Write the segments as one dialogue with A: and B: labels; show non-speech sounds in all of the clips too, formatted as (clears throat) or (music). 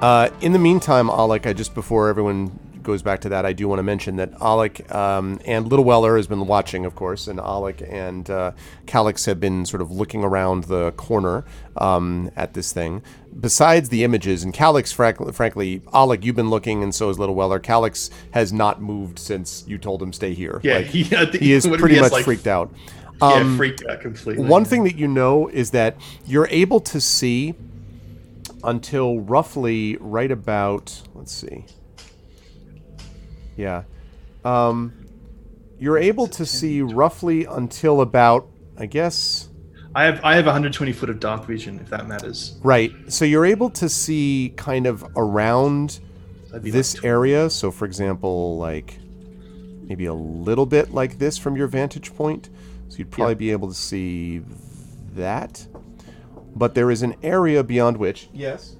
A: Uh, in the meantime, Alec, I just before everyone goes back to that, I do want to mention that Alec um, and Little Weller has been watching, of course, and Alec and uh, Calix have been sort of looking around the corner um, at this thing. Besides the images, and Calix, frac- frankly, Alec, you've been looking, and so has Little Weller. Calix has not moved since you told him stay here.
B: Yeah,
A: Like,
B: he, I think
A: he is
B: (laughs) when
A: pretty
B: has,
A: much
B: like,
A: freaked out. Um,
B: yeah, freaked out completely.
A: One thing that you know is that you're able to see until roughly right about let's see. Yeah. Um you're able to see roughly until about I guess
B: I have I have 120 foot of dark vision, if that matters.
A: right. So you're able to see kind of around
B: That'd be
A: this
B: like
A: area. So for example, like maybe a little bit like this from your vantage point. So you'd probably be able to see that. But there is an area beyond which
B: yes,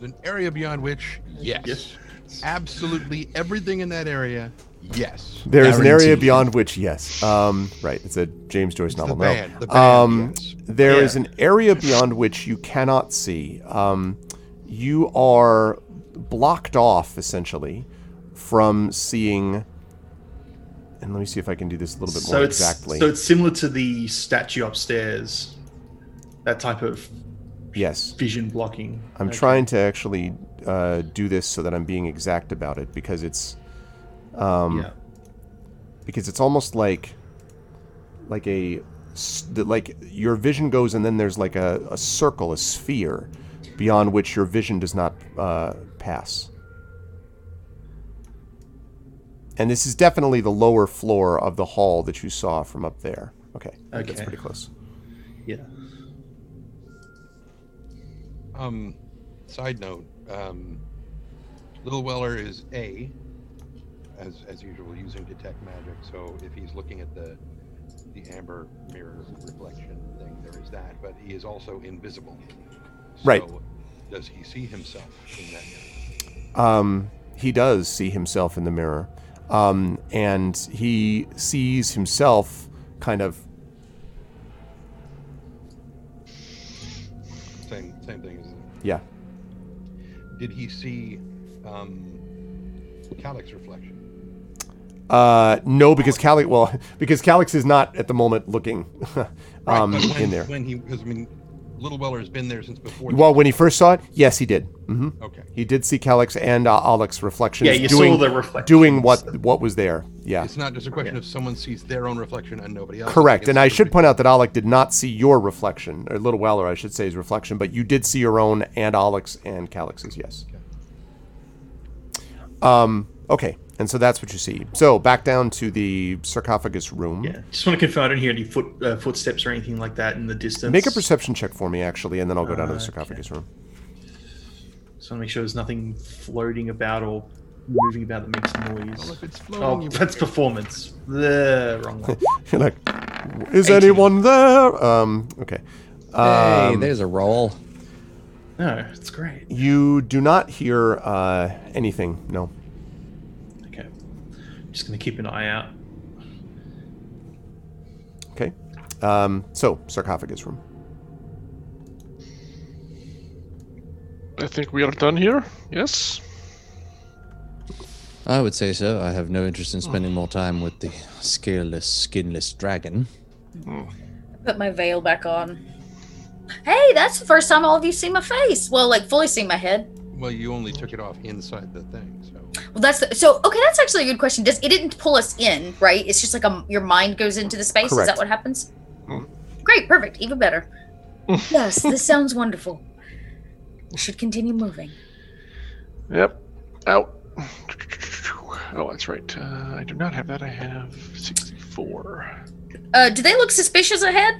C: An area beyond which, yes.
B: yes.
C: Absolutely everything in that area, yes.
A: there is an area
D: Guaranteed.
A: beyond which yes. Um, right. It's a James Joyce novel. no.
C: band, the band,
A: um,
C: yes.
A: there
B: Yeah.
A: is an area beyond which you cannot see. Um, you are blocked off essentially from seeing. And let me see if I can do this a little bit
B: So
A: more
B: it's
A: exactly.
B: so it's similar to the statue upstairs, that type of
A: yes.
B: vision blocking.
A: I'm
B: Okay.
A: trying to actually uh, do this so that I'm being exact about it because it's um,
B: yeah.
A: because it's almost like like a s- that, like your vision goes and then there's like a, a circle, a sphere beyond which your vision does not uh, pass. And this is definitely the lower floor of the hall that you saw from up there. Okay, that's
B: Okay.
A: pretty close.
B: Yeah.
C: Um, side note, um, Little Weller is A, as as usual, using detect magic. So if he's looking at the the amber mirror reflection thing, there is that. But he is also invisible.
A: Right.
C: So Does he see himself in that mirror?
A: um, he does see himself in the mirror, um, and he sees himself kind of
C: Same same thing. Isn't
A: yeah.
C: it? Did he see um, Calix reflection?
A: Uh, no, because Calix well (laughs) because Calix is not at the moment looking (laughs) um,
C: but when,
A: in there.
C: When he, because I mean, Little Weller has been there since before.
A: Well, when he first saw it, yes, he did. hmm
C: okay.
A: He did see Calix and uh, Alex reflections.
B: Yeah, you saw
A: doing,
B: the reflections.
A: Doing what what was there? Yeah.
C: It's not just a question of someone sees their own reflection and nobody else.
A: Correct, and I should point out that Alec did not see your reflection, or Little Weller, I should say, his reflection, but you did see your own and Alec's and Calix's, yes. Um, okay, and so that's what you see. So back down to the sarcophagus room.
B: Yeah. Just want to confirm I don't hear any foot uh, footsteps or anything like that in the distance.
A: Make a perception check for me, actually, and then I'll go down to the
B: Okay.
A: sarcophagus room. (laughs)
B: Just want to make sure there's nothing floating about or moving about that makes noise.
C: Well, if it's
B: Oh,
C: flowing, you
B: that's
C: better-
B: performance. The
A: (laughs)
B: wrong one.
A: You're like, is
B: 18.
A: anyone there? Um, okay.
D: Hey,
A: Um,
D: there's a roll.
B: No, it's great.
A: you do not hear uh, anything, no.
B: Okay. Just gonna keep an eye out.
A: Okay. Um, so, sarcophagus room.
E: I think we are done here. Yes.
D: I would say so. I have no interest in
A: Oh.
D: spending more time with the scaleless, skinless dragon.
F: Put my veil back on. Hey, that's the first time all of you see my face. Well, like fully see my head.
C: Well, you only took it off inside the thing, so
F: Well, that's the, so okay. That's actually a good question. Does it didn't pull us in, right? It's just like a, your mind goes into the space. Is
A: Correct. Mm-hmm.
F: that what happens? Great, perfect, even
A: (laughs)
F: better. yes, this sounds wonderful. We should continue moving.
E: Yep. Out. Oh, that's right. Uh, I do not have that. I have 64.
F: Uh, do they look suspicious ahead?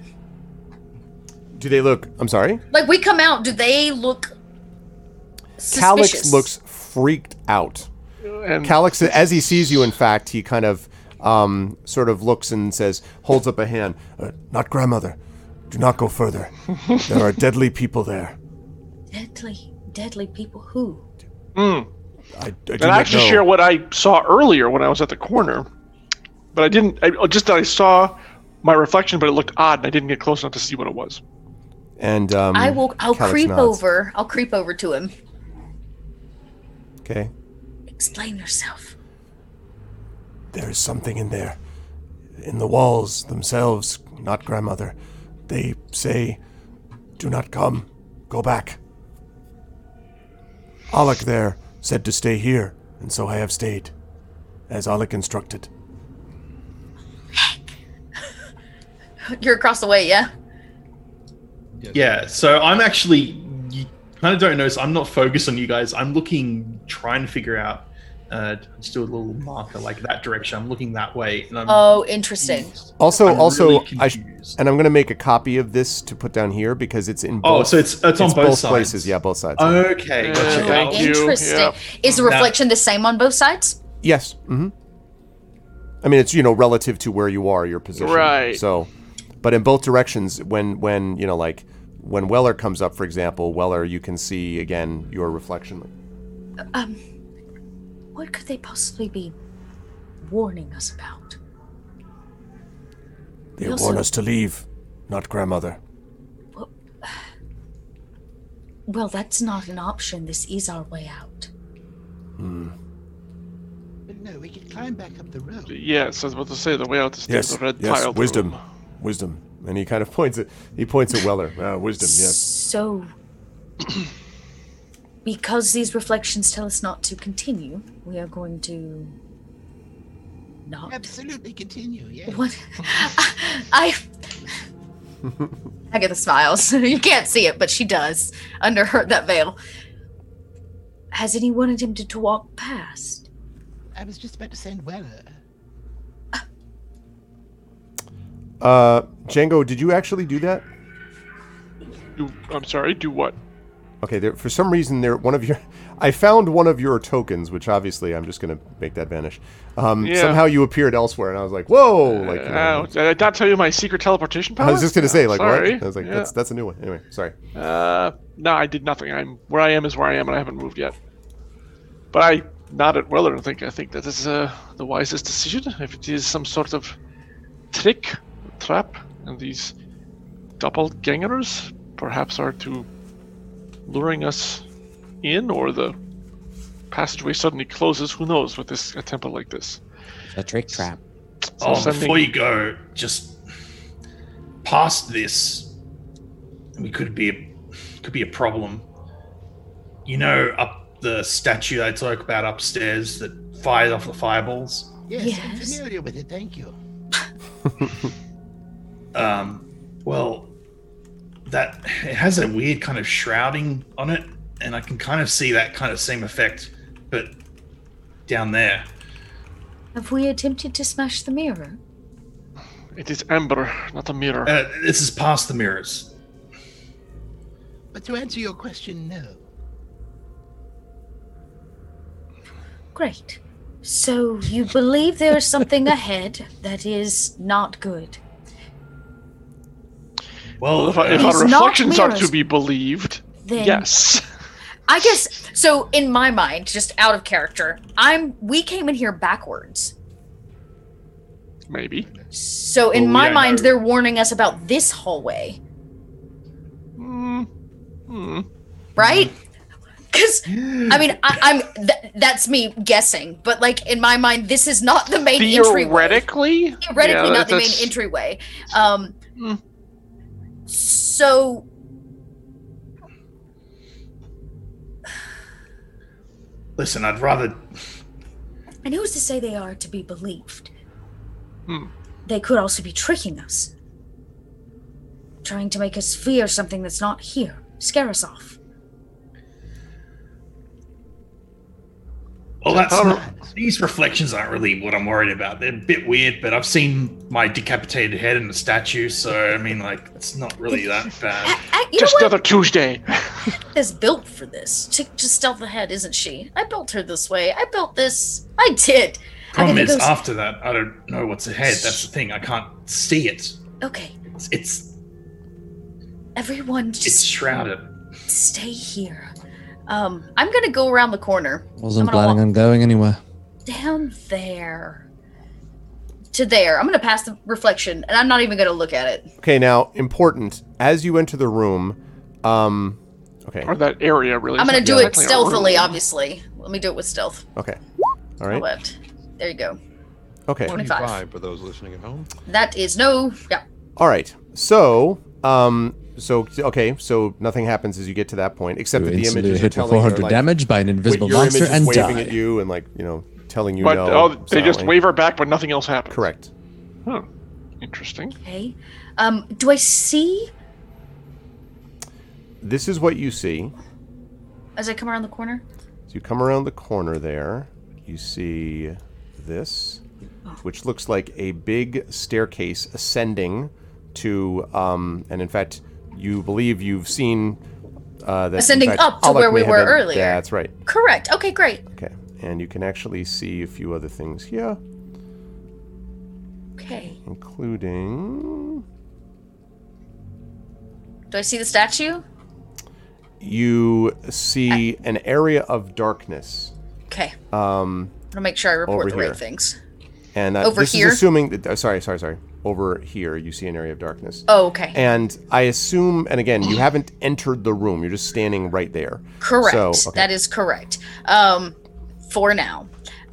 A: Do they look, I'm sorry?
F: Like we come out, do they look suspicious?
A: Calix looks freaked out.
E: And
A: Calix, as he sees you, in fact, he kind of um, sort of looks and says, holds up a hand. Uh, not grandmother. Do not go further. There are deadly people there.
F: deadly, deadly people. Who?
E: Mm.
A: I, I do
E: And
A: not
E: I actually
A: know.
E: share what I saw earlier when I was at the corner, but I didn't. I, just that I saw my reflection, but it looked odd, and I didn't get close enough to see what it was.
A: And um,
F: I will. I'll
A: Calix
F: creep
A: nods.
F: over. I'll creep over to him.
A: Okay.
F: Explain yourself.
A: There is something in there. In the walls themselves, not grandmother. They say, Do not come. Go back. Alec there said to stay here, and so I have stayed, as Alec instructed.
F: You're across the way, yeah.
C: Yes.
B: Yeah, so I'm actually you kind of don't notice. I'm not focused on you guys. I'm looking, trying to figure out. Uh, just do a little marker like that direction. I'm looking that way, and I'm
F: Oh, interesting.
B: confused.
A: Also,
B: I'm
A: also,
B: really
A: I sh-
B: confused.
A: and I'm going to make a copy of this to put down here because it's in
B: oh,
A: both,
B: so it's it's, on both,
A: both
B: sides.
A: places. Yeah, both sides.
B: Okay.
E: Yeah,
B: gotcha.
E: Uh, thank you.
F: Interesting.
E: yeah.
F: Is the
B: That-
F: reflection the same on both sides?
A: Yes. Mm-hmm. I mean, it's you know relative to where you are, your position.
E: Right.
A: So, but in both directions, when when you know like when Weller comes up, for example, Weller, you can see again your reflection.
F: Um, what could they possibly be warning us about?
A: They
F: Yes, warn sir. us
A: to leave, not grandmother.
F: Well, that's not an option. This is our way out.
C: But no, we can climb back up the road.
E: Yes, I was about to say the way out is through the red tiled room.
A: wisdom. And he kind of (laughs) points it. He points at Weller. Uh, wisdom. Yes.
F: So, because these reflections tell us not to continue, we are going to not.
C: Absolutely continue, yeah.
F: What? I. I get the smiles. (laughs) you can't see it, but she does under her that veil. Has any wanted him to, to walk past?
C: I was just about to send Weller.
A: Uh, Django, did you actually do that?
E: You, I'm sorry, do what?
A: Okay, there, for some reason there one of your (laughs) I found one of your tokens, which obviously I'm just gonna make that vanish. Um,
E: Yeah.
A: Somehow you appeared elsewhere, and I was like, "Whoa!" Like, you know,
E: Uh, did I not tell you my secret teleportation power?
A: I was just gonna say, like,
E: sorry.
A: what? I was like,
E: Yeah.
A: "That's that's a new one." Anyway, sorry.
E: Uh, no, I did nothing. I'm where I am is where I am, and I haven't moved yet. But I nod at Weller and think I think that is uh, the wisest decision. If it is some sort of trick, trap, and these doppelgangers perhaps are to luring us in, or the passageway suddenly closes. Who knows with this a temple like this?
D: A trick trap.
E: So
B: oh,
E: sending-
B: before you go, just past this, we could be a, could be a problem. You know, up the statue I talk about upstairs that fired off the fireballs.
C: Yes, I'm
F: Yes.
C: familiar with it, thank you.
B: Um, well, that it has a weird kind of shrouding on it, and I can kind of see that kind of same effect, but down there.
F: Have we attempted to smash the mirror?
E: it is amber, not a mirror.
B: Uh, this is past the mirrors.
C: But to answer your question, no.
F: Great. So you believe there is
B: (laughs)
F: something ahead that is not good.
B: Well,
E: if, I,
B: uh,
E: if
F: It's
E: our
F: not
E: reflections are to
F: mirrors.
E: be believed,
F: Then
E: yes. (laughs)
F: I guess so in my mind, just out of character, I'm we came in here backwards.
E: Maybe.
F: So in
B: Oh,
F: my
B: yeah, I
F: mind
B: know.
F: they're warning us about this hallway,
E: Mm. Mm.
F: right?
E: (gasps)
F: Cuz I mean, I, I'm th- that's me guessing, but like in my mind, this is not the main entryway.
E: Theoretically,
F: Theoretically,
E: Yeah,
F: not the main
E: that's-
F: entryway. Um,
E: Hmm.
F: So
B: listen, I'd rather
F: And who's to say they are to be believed?
E: Hmm.
F: They could also be tricking us, trying to make us fear something that's not here, scare us off.
B: Well, that's
E: How-
B: not, these reflections aren't really what I'm worried about. They're a bit weird, but I've seen my decapitated head in the statue, so I mean, like, it's not really that
F: A-
B: bad.
F: a- you
E: just
F: know what?
E: another Tuesday.
F: Is built for this to, to stealth the head, isn't she? I built her this way. I built this. I did.
B: Problem
F: think it
B: is,
F: goes-
B: after that, I don't know what's ahead. That's the thing. I can't see it.
F: Okay,
B: It's it's,
F: everyone, just
B: it's shrouded.
F: stay here. Um, I'm gonna go around the corner
D: Wasn't
F: I'm gonna
D: planning
F: walk-
D: on going anywhere.
F: down there. to there. I'm gonna pass the reflection, and I'm not even gonna look at it.
A: Okay, now important. As you enter the room, um, okay,
E: Or that area, really.
F: I'm
E: It's
F: gonna
E: not
F: do it
E: exactly a room.
F: stealthily, obviously. Let me do it with stealth.
A: okay, all
F: I
A: right,
F: left. There you go.
A: okay.
F: 25.
C: 25 for those listening at home.
F: That is no. Yeah.
A: All right. So, um, so okay, so nothing happens as you get to that point, except that
D: You
A: the
D: instantly
A: images are
D: hit for
A: telling you,
D: 400
A: like,
D: damage by an
A: wait,
D: invisible
A: your
D: monster
A: image is
D: and
A: waving
D: die.
A: at you and like you know telling you
E: But
A: no.
E: oh, they just
A: silently.
E: waver back, but nothing else happens.
A: Correct.
E: Huh. Interesting.
F: Okay. Um. Do I see
A: This is what you see.
F: as I come around the corner?
A: So you come around the corner there. You see this, which looks like a big staircase ascending to, um, and in fact, you believe you've seen uh, that in
F: Ascending
A: fact,
F: up to
A: Alec
F: where
A: may
F: we
A: have
F: were
A: been-
F: earlier.
A: Yeah, that's right.
F: Correct. Okay. Great.
A: Okay, and you can actually see a few other things here,
F: Okay.
A: including
F: Do I see the statue?
A: you see
F: Uh,
A: an area of darkness.
F: Okay. I'm
A: Um,
F: gonna make sure I report
A: Over
F: the
A: here.
F: right things.
A: and uh,
F: Over
A: this
F: here?
A: is assuming that. oh, sorry, sorry, sorry. Over here, you see an area of darkness.
F: Oh, okay.
A: And I assume, and again, you haven't entered the room. You're just standing right there.
F: correct.
A: okay.
F: That is correct. Um, for now.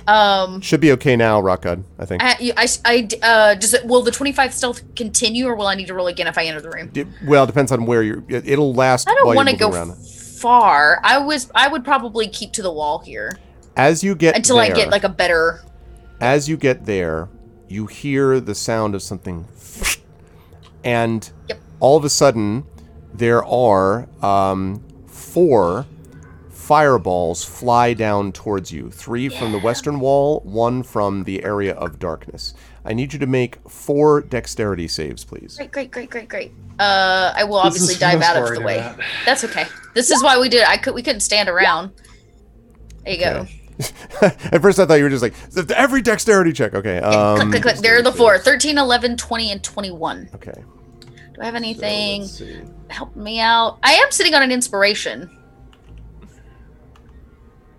F: Um,
A: Should be okay now, Rockad, I think.
F: I, you- I, I, uh, does it, will the 25 stealth continue or will I need to roll again if I enter the room?
A: D- well, it depends on where you're. It, it'll last
F: I don't
A: while
F: want
A: you're
F: to
A: moving
F: go
A: around.
F: far. I was, I would probably keep to the wall here
A: As you get
F: until I
A: there-
F: get like a better,
A: As you get there, you hear the sound of something, and
F: Yep.
A: all of a sudden, there are um, four fireballs fly down towards you. Three from the western wall, one from the area of darkness. I need you to make four dexterity saves, please.
F: great, great, great, great, great. Uh, I will
B: This
F: obviously
B: is what I
F: dive
B: was
F: out of
B: worried
F: the way.
B: about.
F: That's okay. This is why we did it. I could, we couldn't stand around. There you go.
A: (laughs) At first, I thought you were just like every dexterity check. Okay. Um,
F: click, click, click. There are the four 13, 11, 20, and 21.
A: Okay.
F: Do I have anything?
D: Let's see.
F: Help me out. I am sitting on an inspiration.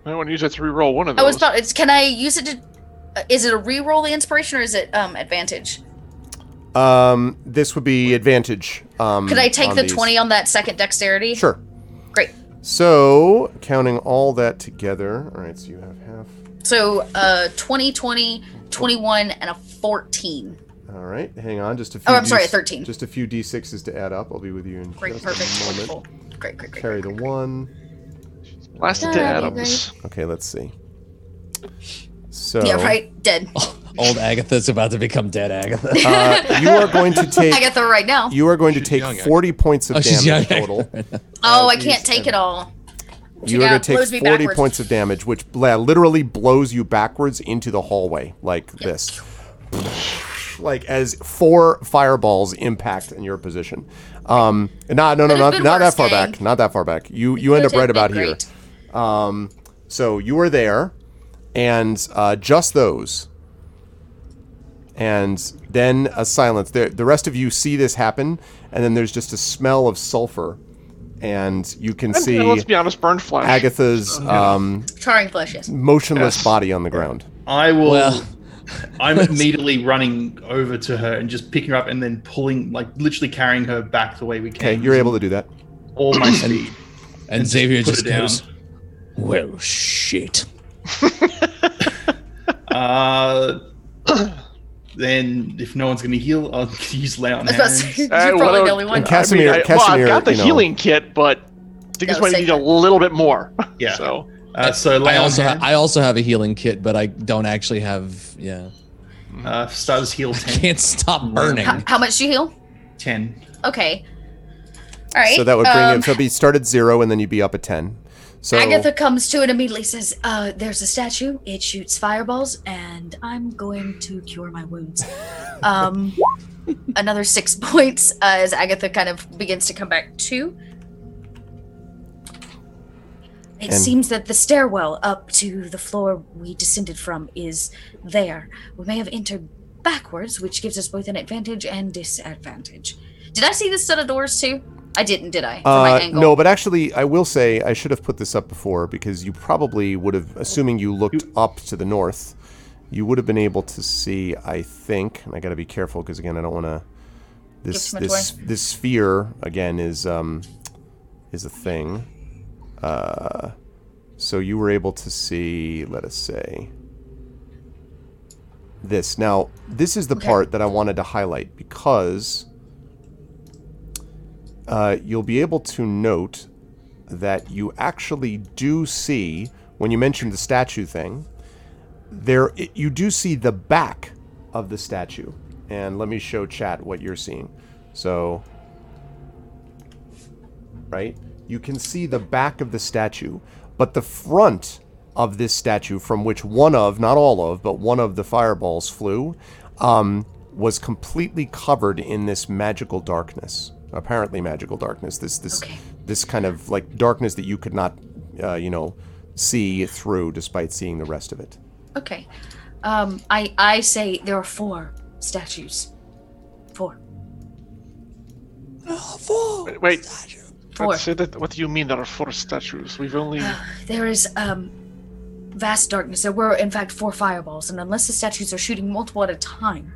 E: I want to use that to re-roll one of
F: I was
E: those.
A: Oh.
F: about. It's, can I use it to? Uh, is it a re-roll the inspiration or is it um advantage?
A: Um, this would be advantage. Um,
F: Could I take
A: on
F: the
A: these.
F: twenty on that second dexterity?
A: Sure.
F: Great.
A: So, counting all that together, all right, so you have half.
F: So uh 20, 20, 21, and a fourteen.
A: All right, hang on, just a few.
F: Oh, I'm sorry,
A: D-
F: a 13.
A: Just a few d6s to add up. I'll be with you in
F: Great,
A: just
F: perfect,
A: a moment.
F: wonderful. Great, great, great.
A: Carry the one.
E: Last
F: Yeah,
E: to
F: that'd be
E: Adams.
A: Okay, let's see. So,
F: Yeah, right. Dead.
A: Oh.
D: Old Agatha's about to become dead Agatha.
A: (laughs) uh, you are
F: (laughs)
A: going to take.
F: Agatha, right now.
A: You are going to
C: She's
A: take
C: young, actually.
A: 40 points of
D: Oh, she's
A: damage
D: young.
A: total.
F: oh, I
A: these
F: can't take it all.
A: You are
F: Yeah,
A: going to
F: blows me
A: take 40
F: backwards.
A: points of damage, which yeah, literally blows you backwards into the hallway like this. Like as four fireballs impact in your position. Um, no, no, no,
F: Could've
A: not,
F: been
A: not that
F: worse,
A: far
F: gang.
A: back. Not that far back. You you end up
F: Could've been
A: right about here.
F: great.
A: Um, so you were there, and uh, just those. And then a silence. The, the rest of you see this happen, and then there's just a smell of sulfur, and you can
E: And,
A: see.
E: and let's be honest, burn flesh.
A: Agatha's um,
F: Charring flesh, yes.
A: motionless
E: Yes.
A: body on the ground.
B: I will.
D: Well-
B: (laughs) I'm immediately running over to her and just picking her up and then pulling, like literally carrying her back the way we came.
A: Okay, you're able to do that.
B: all my speed.
D: and Xavier
B: put
D: just
B: it down.
D: goes, well, shit.
B: Uh, then if no one's going to heal, I'll (laughs) use lay on
F: I was about to
B: hands.
F: say, (laughs) you're
E: Uh, what
F: probably
E: I-
F: the only one.
A: And Cass- Casimir-
E: I mean, I, well, I've
A: Casimir,
E: got the
A: you know-
E: healing kit, but I think this
F: No,
E: might need a
F: save it.
E: little bit more. (laughs)
B: Yeah.
E: So
B: Uh, so lay
D: I
B: on
D: also, ha-
B: hands.
D: I also have a healing kit, but I don't actually have. Yeah, (laughs)
B: uh, starters heal 10.
D: can't stop burning.
F: How, how much do you heal?
B: 10.
F: Okay. All right.
A: So that would bring
F: um,
A: it. So it'd be start at zero, and then you'd be up at ten. So uh,
F: Agatha comes to and immediately says, uh, there's a statue, it shoots fireballs, and I'm going to cure my
A: (laughs)
F: wounds. Um, another six (laughs) points uh, as Agatha kind of begins to come back to. It
A: And-
F: seems that the stairwell up to the floor we descended from is there. We may have entered backwards, which gives us both an advantage and disadvantage. Did I see this set of doors too? I didn't, did I? From my
A: uh,
F: angle.
A: no, but actually, I will say I should have put this up before because you probably would have, assuming you looked up to the north, you would have been able to see, I think, and I got to be careful because again, I don't want to. This
F: too much
A: this this sphere again is um is a thing. Uh, so you were able to see, let us say, this. Now, this is the
F: Okay.
A: part that I wanted to highlight because uh, you'll be able to note that you actually do see when you mentioned the statue thing there i you do see the back of the statue and let me show chat what you're seeing so right you can see the back of the statue but the front of this statue from which one of not all of but one of the fireballs flew um, was completely covered in this magical darkness apparently magical darkness this this
F: Okay.
A: this kind of like darkness that you could not uh, you know see through despite seeing the rest of it
F: Okay. Um, I I say there are four statues. Four.
E: Wait, wait.
F: Four.
E: Say that, what do you mean there are four statues?
F: (sighs)
E: We've only.
F: There is um vast darkness. There were in fact four fireballs, and unless the statues are shooting multiple at a time.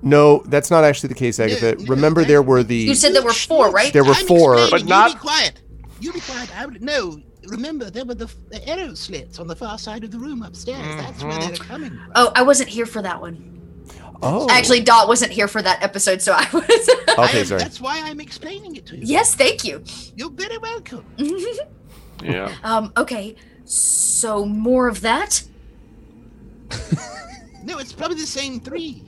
A: No, that's not actually the case, Agatha.
G: yeah,
A: Remember, there were the.
F: You said there were four, right?
A: There were
G: I'm
A: four.
G: explaining,
E: But not-
G: You be quiet. You be quiet. I would no. Remember, there were the, the arrow slits on the far side of the room upstairs.
A: Mm-hmm.
G: That's where they're coming from.
F: Oh, I wasn't here for that one.
A: oh,
F: Actually, Dot wasn't here for that episode, so I (laughs) was.
G: I
A: Okay,
G: am-
A: sorry.
G: That's why I'm explaining it to you.
F: yes, thank you.
G: You're very welcome.
E: Yeah.
F: um, okay, so more of that.
G: No, it's probably the same three.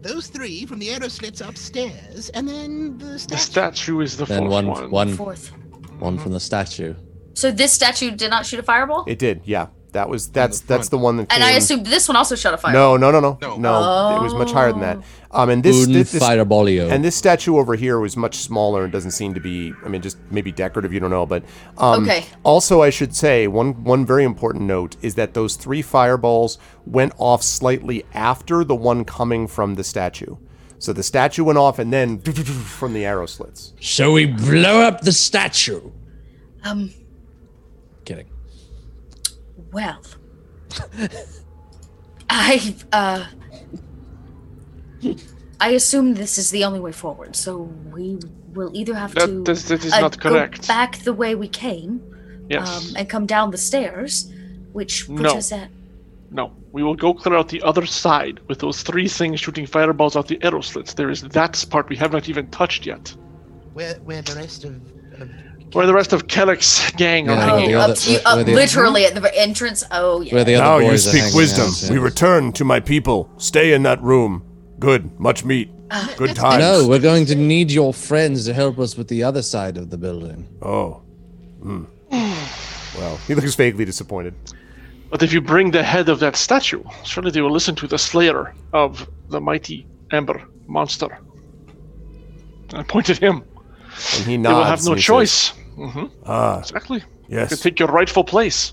G: Those three from the arrow slits upstairs, and then the
E: The
G: statue.
E: statue is the
D: Then
E: fourth
D: one,
E: one.
A: Hmm.
D: one,
F: Fourth.
D: one from the statue.
F: So this statue did not shoot a fireball,
A: it did. Yeah, that was that's
C: the front.
A: that's the one that.
F: and I
A: came-
F: assumed this one also shot a fireball.
A: No, no, no, no, no.
C: No.
A: It was much higher than that.
F: Oh.
A: Um, and this,
D: Un
A: this, this
D: firebolio.
A: and this statue over here was much smaller and doesn't seem to be. I mean, just maybe decorative. You don't know, but um,
F: Okay.
A: Also, I should say one one very important note is that those three fireballs went off slightly after the one coming from the statue. So the statue went off, and then (laughs) from the arrow slits.
D: so we blow up the statue.
F: Um,
D: Kidding.
F: Well, I uh, I assume this is the only way forward. So we will either have
E: That-
F: to uh,
E: that- that is not
F: go
E: correct.
F: back the way we came
E: Yes.
F: um, and come down the stairs, which puts
E: No.
F: us at.
E: No, we will go clear out the other side with those three things shooting fireballs out the arrow slits. There is that part we have not even touched yet.
G: Where, where the rest of. of
E: Where the rest of Kellick's gang are
D: Yeah,
E: hanging
F: oh,
D: the
E: out.
F: up
D: other-
F: to you,
D: where-
F: up
D: where the-
F: literally at the entrance. Oh yeah.
D: Where the other
A: Now you
D: boys are
A: speak
D: hanging
A: wisdom.
D: out,
A: We
D: yeah.
A: return to my people. Stay in that room. Good. Much meat. Good times.
D: No, we're going to need your friends to help us with the other side of the building.
A: Oh. Hmm. Well, he looks vaguely disappointed.
E: But if you bring the head of that statue, surely they will listen to the slayer of the mighty Amber monster. I point at him.
A: And he
E: They
A: nods.
E: will have no
A: and he
E: choice. hmm
A: Ah,
E: Exactly.
A: yes.
E: You take your rightful place.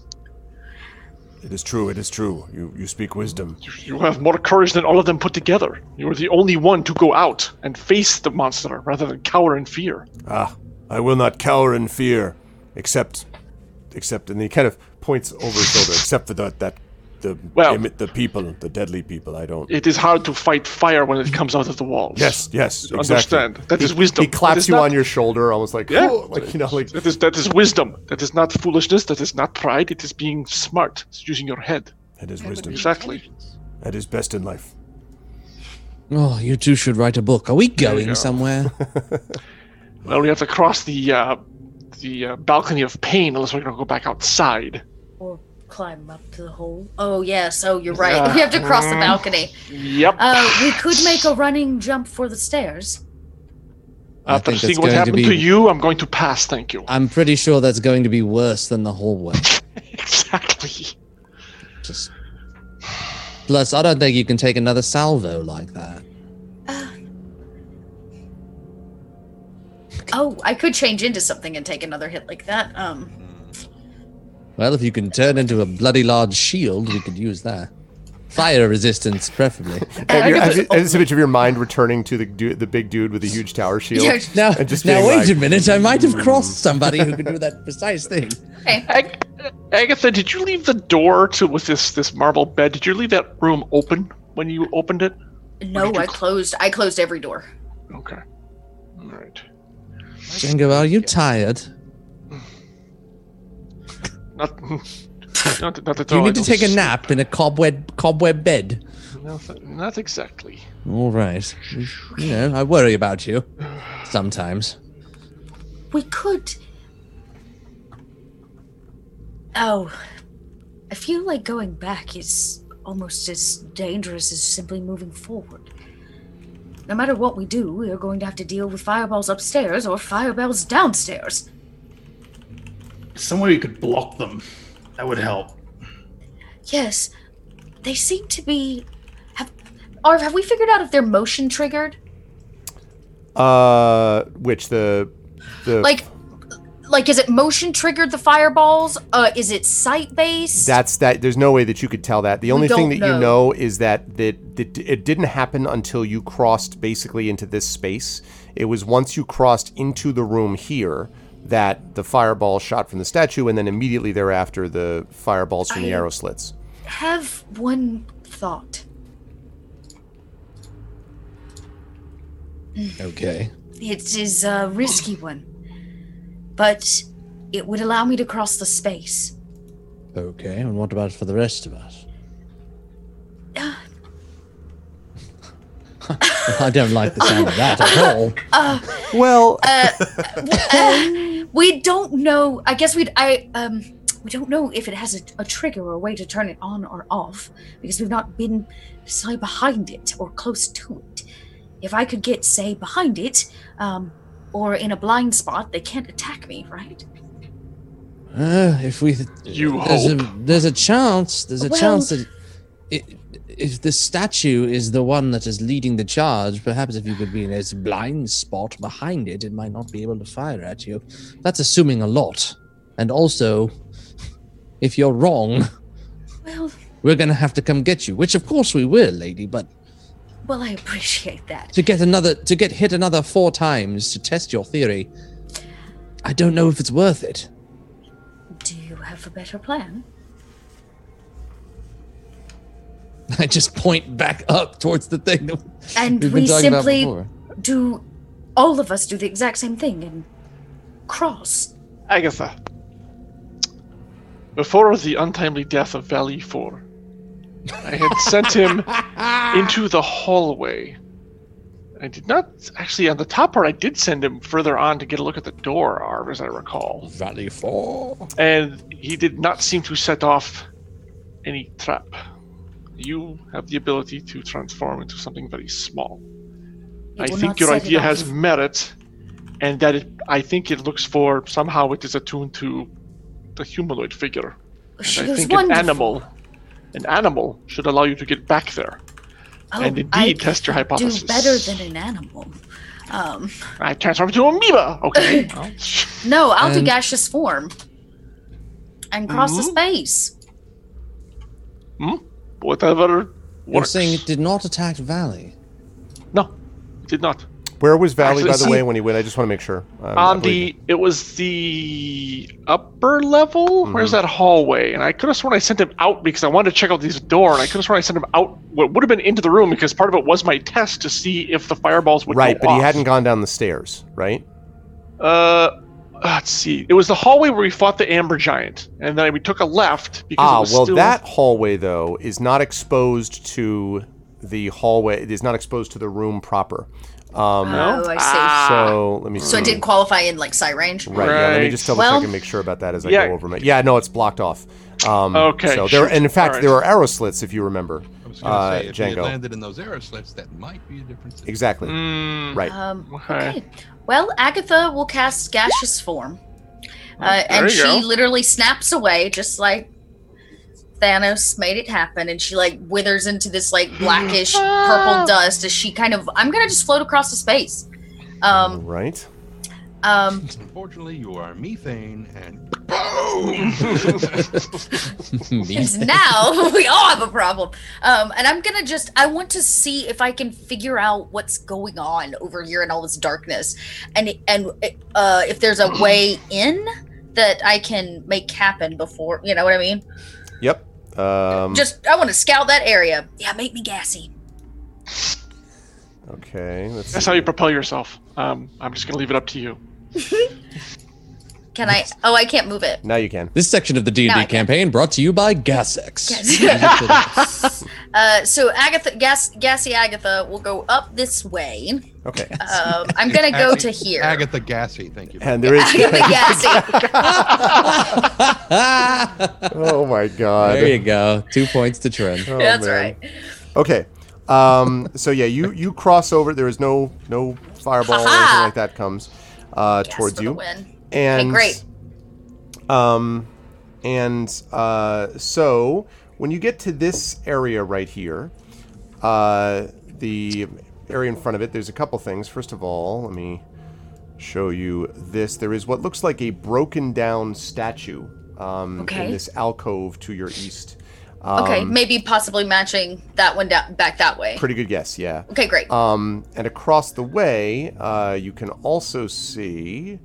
A: Says, it is true. It is true. You you speak wisdom.
E: You have more courage than all of them put together. You are the only one to go out and face the monster rather than cower in fear.
A: Ah, I will not cower in fear, except, except. And he kind of points over his shoulder. Except for that that the
E: Well-
A: imi- the people, the deadly people. I don't.
E: It is hard to fight fire when it comes out of the walls.
A: Yes, yes, exactly.
E: Understand. That is wisdom.
A: He claps
E: That is
A: you
E: not-
A: on your shoulder, almost like,
E: Yeah.
A: "Oh," (laughs) like you know, like
E: That is that is wisdom. That is not foolishness. That is not pride. It is being smart. It's using your head.
A: that is wisdom.
E: Exactly.
A: That is best in life.
D: Oh, you two should write a book. Are we going
A: (laughs)
E: go.
D: somewhere?
E: Well, we have to cross the uh, the uh, balcony of pain unless we're going to go back outside.
F: Or climb up to the hole. Oh yes. Oh, you're right. We have to cross the balcony.
E: Yep.
F: Uh, we could make a running jump for the stairs.
D: I
E: After
D: think
E: seeing
D: it's
E: what
D: going to
E: happened to,
D: be-
E: you, I'm going to pass. Thank you.
D: I'm pretty sure that's going to be worse than the hallway.
E: (laughs) exactly.
D: Just. Plus, I don't think you can take another salvo like that.
F: Oh, I could change into something and take another hit like that. Um.
D: Well, if you can turn into a bloody large shield, we could use that.
H: Fire resistance, preferably.
A: And
F: I
A: you're-
F: could
A: I
F: just-
A: just- I just image of your mind returning to the du- the big dude with the huge
F: (laughs)
A: tower shield.
F: Yeah.
H: Now,
A: And (laughs) just
H: now
A: being
H: wait
A: like-
H: a minute. I might have crossed
A: (laughs)
H: somebody who could do that precise thing.
F: Okay.
E: Ag- Agatha, did you leave the door to with this this marble bed? Did you leave that room open when you opened it?
F: No, I closed. I closed every door.
E: Okay. All right.
H: Django, are you tired?
E: Not. (laughs) Not, not that
H: Do you
E: all I
H: need to
E: don't
H: take a
E: sleep.
H: nap in a cobweb cobweb bed?
E: Not, not exactly.
H: All right. You know, I worry about you sometimes.
F: We could. Oh, I feel like going back is almost as dangerous as simply moving forward. No matter what we do, we are going to have to deal with fireballs upstairs or fireballs downstairs.
B: Some way you could block them. That would help.
F: Yes, they seem to be. Have, or have we figured out if they're motion triggered?
A: Uh, which the the
F: Like, like is it motion triggered the fireballs? Uh, is it sight based?
A: That's that. There's no way that you could tell that. The only thing that
F: don't
A: you
F: know.
A: know is that that, that it didn't happen until you crossed basically into this space. It was once you crossed into the room here that the fireball shot from the statue, and then immediately thereafter the fireballs from the
F: I-
A: arrow slits.
F: have one thought.
H: Okay.
F: It is a risky one, but it would allow me to cross the space.
H: Okay. And what about for the rest of us? (laughs) I don't like the sound of that at all.
A: Well,
F: We don't know. I guess we'd. I um. We don't know if it has a, a trigger or a way to turn it on or off because we've not been, say, behind it or close to it. If I could get, say, behind it, um, or in a blind spot, they can't attack me, right?
H: Uh, if we,
E: You
H: there's a
E: hope.
H: there's a chance. There's a
F: Well-
H: chance that i if the statue is the one that is leading the charge, perhaps if you could be in its blind spot behind it, it might not be able to fire at you. That's assuming a lot, and also, if you're wrong,
F: Well,
H: we're gonna have to come get you. Which, of course, we will, lady. But
F: well, I appreciate that.
H: to get another, to get hit another four times to test your theory, I don't know if it's worth it. (laughs)
F: Do you have a better plan?
H: I just point back up towards the thing that
F: And
H: we've been
F: we
H: talking about
F: simply
H: before.
F: do all of us do the exact same thing and cross.
E: Agatha. Before the untimely death of Valley 4, I had sent him into the hallway. I did not actually on the top part I did send him further on to get a look at the door, Arv, as I recall.
H: Valley Four.
E: And he did not seem to set off any trap. You have the ability to transform into something very small.
F: It
E: I
F: will
E: think
F: not
E: your
F: set it
E: idea
F: off.
E: has merit, and that it, I think it looks for somehow it is attuned to the humanoid figure.
F: She
E: And I
F: was
E: think
F: wonderful.
E: an animal, an animal should allow you to get back there
F: Oh,
E: and indeed
F: I
E: test your hypothesis.
F: do better than an animal. Um,
E: I transformed into amoeba. Okay.
F: (laughs)
E: Well,
F: no, I'll do
H: And-
F: gaseous form and cross
E: Mm-hmm.
F: the space.
E: Whatever
H: You're
E: works.
H: saying it did not attack Valley.
E: No, it did not.
A: where was Valley by
E: Actually,
A: the
E: see-
A: way when he went? I just want to make sure. Um, I
E: On
A: believe-
E: the, it was the upper level. Where's that hallway? And I could have sworn I sent him out because I wanted to check out this door, and I could have sworn I sent him out. What would have been into the room because part of it was my test to see if the fireballs would.
A: right,
E: go
A: but he
E: off.
A: hadn't gone down the stairs, right?
E: Uh, let's see. It was the hallway where we fought the amber giant, and then we took a left because it
A: Ah,
E: was
A: well,
E: still...
A: that hallway though is not exposed to the hallway. It is not exposed to the room proper. Um,
E: No? Ah.
F: Oh, I see.
H: Ah.
A: So let me.
F: So it
A: see.
F: didn't qualify in like sight range.
A: Right. Yeah. Let me
E: Right.
A: just double
F: Well-
A: check and make sure about that as I
E: Yeah.
A: go over it. Yeah. No, it's blocked off. Um,
E: Okay,
A: So there,
E: shoot.
A: and in fact,
E: Alright.
A: there are arrow slits if you remember.
C: I was gonna
A: Uh,
C: say if we had
A: Django.
C: landed in those arrow slits, that might be a difference.
A: Exactly.
E: Mm,
A: Right.
F: Um,
E: Okay.
F: okay. Well, Agatha will cast gaseous form, uh,
E: Oh, there
F: and
E: you
F: she
E: go.
F: literally snaps away, just like Thanos made it happen, and she like withers into this
E: Hmm.
F: like blackish purple dust as she kind of. I'm gonna just float across the space. Um,
A: right.
F: um, (laughs)
C: Unfortunately, you are methane and
B: Boom!
D: Me?
F: Because now (laughs) we all have a problem. Um, and I'm gonna just I want to see if I can figure out what's going on over here in all this darkness, and and uh, if there's a way in that I can make happen before you know what I mean.
A: Yep. Um,
F: just I want to scout that area. Yeah, make me gassy.
A: okay. Let's
E: That's
A: see.
E: how you propel yourself. Um, I'm just gonna leave it up to you.
F: Can I? Oh, I can't move it.
A: now you can.
D: This section of the D&D
F: Now I can.
D: campaign brought to you by GasX. (laughs)
F: Yes. (laughs) uh, so Agatha, gas, gassy Agatha, will go up this way.
A: Okay.
E: Uh,
F: Um, I'm
A: (laughs)
F: gonna go to here.
C: Agatha Gassy, thank you.
A: And there
E: (laughs)
A: is.
F: (laughs) Agatha gassy.
A: (laughs) oh my god.
D: there you go. Two points to Trin.
A: Oh,
F: That's
A: man.
F: right.
A: Okay. Um, so yeah, you you cross over. There is no no fireball or anything
F: Ha-ha!
A: like that comes uh,
F: Gas
A: towards
F: for
A: you.
F: The win.
A: And
F: great.
A: Um, and uh, so when you get to this area right here, uh, the area in front of it, there's a couple things. First of all, let me show you this. There is what looks like a broken down statue um, in
F: Okay.
A: this alcove to your east.
F: Okay,
A: Um,
F: maybe possibly matching that one down back that way.
A: Pretty good guess, yeah.
F: okay, great.
A: Um, and across the way, uh, you can also see.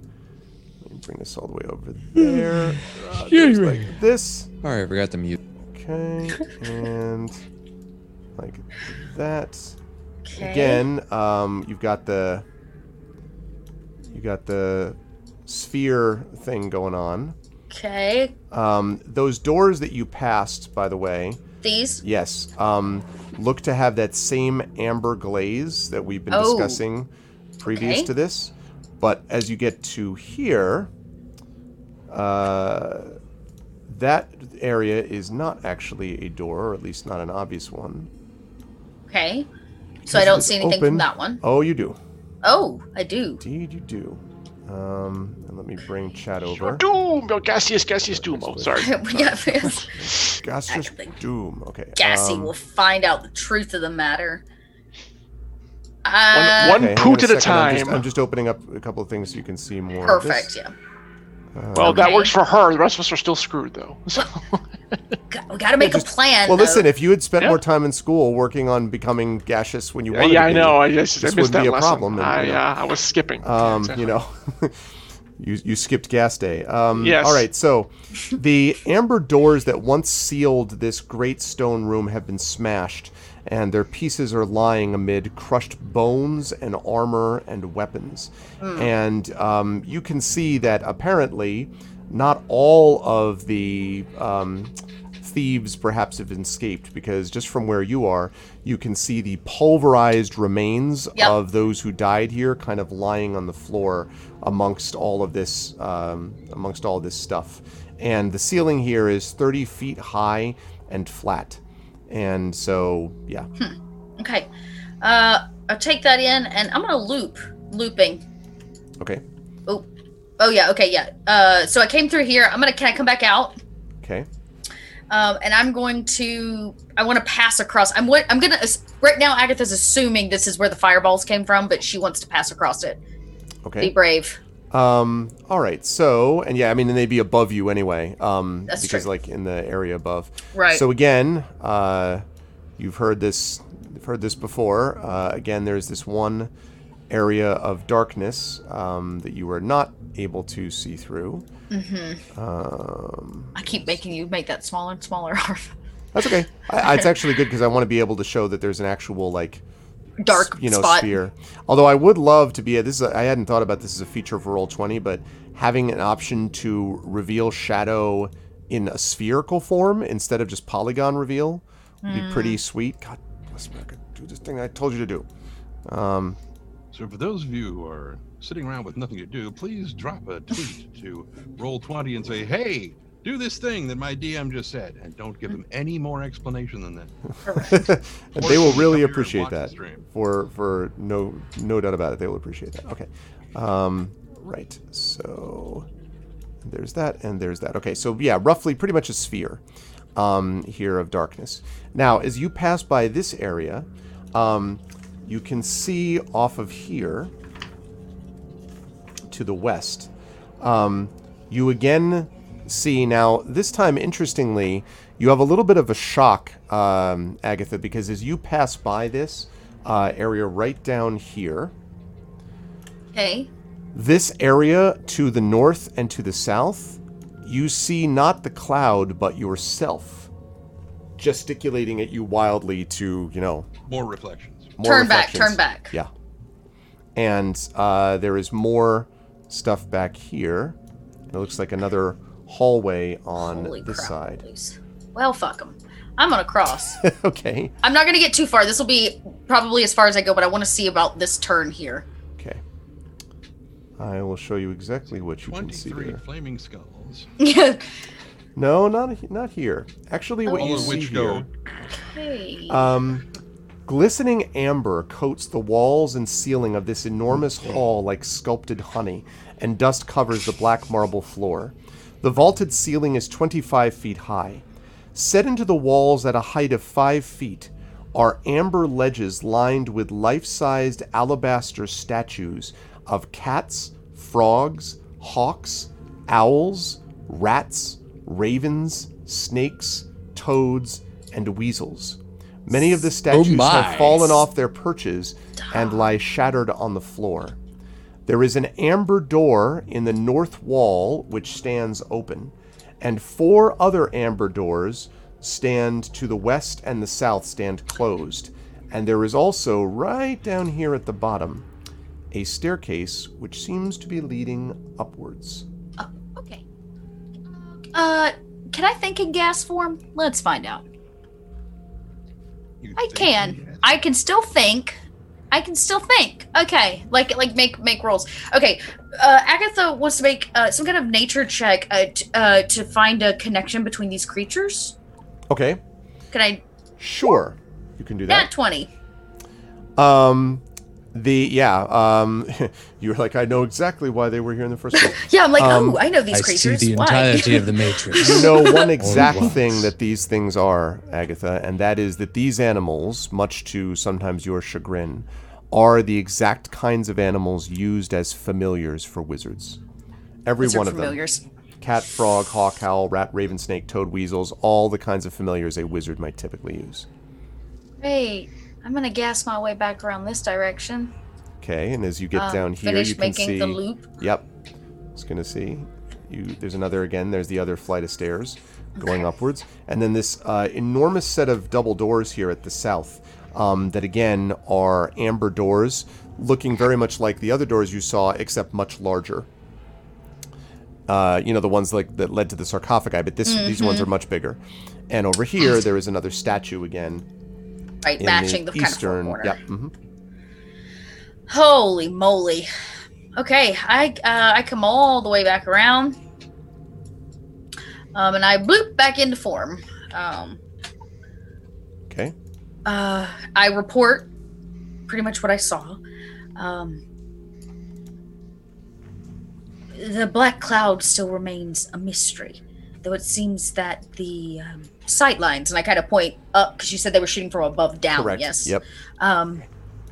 A: Let me bring this all the way over there. Uh, there's like this.
D: Sorry, I forgot to mute.
A: Okay. And like that.
F: okay.
A: Again, um, you've got the. You got the sphere thing going on.
F: Okay.
A: Um, those doors that you passed, by the way,
F: These.
A: Yes. Um, look to have that same amber glaze that we've been
F: Oh.
A: discussing previous
F: Okay.
A: to this. But as you get to here, uh, that area is not actually a door, or at least not an obvious one.
F: Okay. So I don't see anything
A: open.
F: from that one.
A: Oh, you do.
F: Oh, I do. (laughs)
A: Indeed, you do. Um, and let me bring chat
E: Your
A: over.
E: doom, your gaseous, gaseous doom. Oh, sorry.
A: Uh,
F: yeah, yes.
A: Gaseous
F: think-
A: doom. Okay.
F: Gassy
A: um,
F: will find out the truth of the matter.
E: One,
F: Uh,
E: one
A: okay, hang on
E: poot at a
A: second. I'm just,
E: time.
A: I'm just opening up a couple of things so you can see more. of this.
F: perfect. Yeah.
E: well, that
F: Okay.
E: works for her. The rest of us are still screwed, though. (laughs) So,
F: Got- We got to make a plan.
A: Well,
F: though.
A: listen, if you had spent
E: Yeah.
A: more time in school working on becoming gaseous when you wanted
E: yeah,
A: to
E: I
A: be,
E: know. I, I, just, I
A: this
E: missed
A: wouldn't
E: that
A: be a
E: lesson.
A: problem, and,
E: I,
A: you know.
E: uh, I was skipping.
A: Um,
E: Yeah,
A: You know, (laughs) you you skipped gas day. Um,
E: Yes.
A: All right. So, the amber doors that once sealed this great stone room have been smashed, and their pieces are lying amid crushed bones and armor and weapons. And um, you can see that apparently, not all of the um, thieves perhaps have escaped because just from where you are, you can see the pulverized remains
F: Yep.
A: of those who died here, kind of lying on the floor amongst all of this, um, amongst all this stuff. And the ceiling here is 30 feet high and flat. And so, yeah.
F: Okay. Uh, I'll take that in, and I'm gonna loop, looping.
A: Okay.
F: Oh, oh yeah. Okay, yeah. Uh, so I came through here. I'm gonna can I come back out?
A: Okay.
F: Um, and I'm going to. I want to pass across. I'm. What I'm gonna. ass- Right now, Agatha's assuming this is where the fireballs came from, but she wants to pass across it. Be
A: Okay.
F: brave.
A: Um, all right. So, and yeah, I mean, and they'd be above you anyway. Um,
F: That's
A: because
F: true.
A: like in the area above.
F: Right.
A: So again, uh, you've heard this, you've heard this before. Uh, again, there's this one area of darkness um, that you were not able to see through.
F: I keep making you make that smaller and smaller. (laughs) Arf.
A: That's okay. I, I- it's actually good because I want to be able to show that there's an actual like
F: Dark
A: you know
F: spot.
A: sphere. Although I would love to be a, this. Is a, I hadn't thought about this as a feature for Roll Twenty, but having an option to reveal shadow in a spherical form instead of just polygon reveal would be
F: Hmm.
A: pretty sweet. God bless America, do this thing I told you to do. Um,
C: So for those of you who are sitting around with nothing to do, please drop a
A: (laughs)
C: tweet to roll twenty and say, "Hey, do this thing that my DM just said," and don't give them any more explanation than
A: (laughs)
C: that.
A: and they will
C: Or come
A: really
C: here and
A: appreciate
C: watch the
A: that.
C: stream.
A: For for no no doubt about it, they will appreciate that. Okay, um, right. So there's that, and there's that. Okay, so yeah, roughly pretty much a sphere um, here of darkness. Now, as you pass by this area, um, you can see off of here to the west. Um, you again see. Now, this time, interestingly, you have a little bit of a shock, um, Agatha, because as you pass by this uh, area right down here,
F: Okay.
A: this area to the north and to the south, you see not the cloud, but yourself gesticulating at you wildly to, you know,
C: More reflections.
A: more
F: turn back,
A: reflections.
F: turn back.
A: Yeah. And uh, there is more stuff back here. It looks like another hallway on
F: Holy
A: this
F: crap,
A: side. (laughs)
F: please. Well, fuck them. I'm gonna cross.
A: okay.
F: I'm not gonna get too far. This will be probably as far as I go, but I want to see about this turn here. (laughs)
A: Okay. I will show you exactly what you can see
C: Twenty-three
A: there.
C: flaming skulls,
F: okay.
A: No, not he- not here. Actually,
F: Oh.
A: what
C: all
A: you
C: of
A: see
C: which
A: here.
C: go
A: Um, glistening amber coats the walls and ceiling of this enormous hall like sculpted honey, and dust covers the black marble floor. The vaulted ceiling is 25 feet high. Set into the walls at a height of 5 feet are amber ledges lined with life sized alabaster statues of cats, frogs, hawks, owls, rats, ravens, snakes, toads, and weasels. Many of the statues
D: my.
A: have fallen off their perches and lie shattered on the floor. There is an amber door in the north wall which stands open, and four other amber doors stand to the west and the south stand closed. And there is also, right down here at the bottom, a staircase which seems to be leading upwards.
F: Okay. Uh, can I think in gas form? Let's find out.
C: You
F: I
C: think-
F: can. I can still think. I can still think. Okay, like like make make rolls. Okay, uh, Agatha wants to make uh, some kind of nature check uh, t- uh, to find a connection between these creatures.
A: Okay,
F: Can I?
A: sure, you can do that.
F: Nat twenty.
A: Um, the yeah, um, (laughs) you're like I know exactly why they were here in the first place.
F: Yeah, I'm like,
A: Um,
F: oh, I know these
D: I see
F: creatures.
D: the
F: Why?
D: entirety
F: (laughs)
D: of the Matrix.
A: you know one exact
D: once.
A: thing that these things are, Agatha, and that is that these animals, much to sometimes your chagrin, are the exact kinds of animals used as familiars for wizards. Every
F: These are
A: one of them.
F: familiars.
A: Cat, frog, hawk, owl, rat, raven, snake, toad, weasels, all the kinds of familiars a wizard might typically use.
F: Hey, I'm gonna gas my way back around this direction.
A: Okay, and as you get
F: Um,
A: down here,
F: finish
A: you can
F: making
A: see
F: the loop.
A: Yep. It's gonna see. You there's another again, there's the other flight of stairs going upwards. And then this uh, enormous set of double doors here at the south. Um, that again are amber doors, looking very much like the other doors you saw, except much larger. Uh, you know the ones like that led to the sarcophagi, but this these ones
F: Mm-hmm.
A: are much bigger. And over here, there is another statue again
F: Right,
A: in
F: matching the,
A: the,
F: kind of
A: eastern.
F: corner.
A: yep. mhm.
F: Holy moly. Okay, I uh, I come all the way back around. Um, and I bloop back into form. Um,
A: Okay.
F: uh, I report pretty much what I saw. Um, the black cloud still remains a mystery, though it seems that the um, sight lines, and I kind of point up because you said they were shooting from above down.
A: Correct.
F: Oh, Yes
A: Yep.
F: um,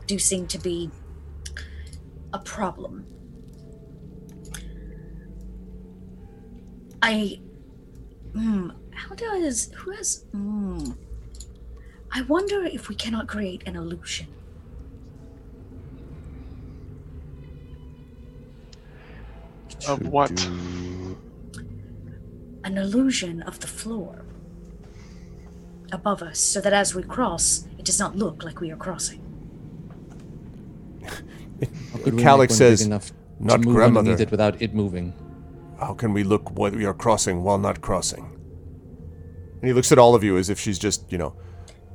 F: do seem to be a problem. I, hmm, how does who has? Hmm, I wonder if we cannot create an illusion.
E: Of what?
F: an illusion of the floor above us so that as we cross, it does not look like we are crossing.
D: How could we make one
A: Calic
D: big
A: says,
D: enough to
A: "Not
D: move
A: grandmother."
D: underneath it without it moving.
A: How can we look what we are crossing while not crossing? And he looks at all of you as if she's just, you know,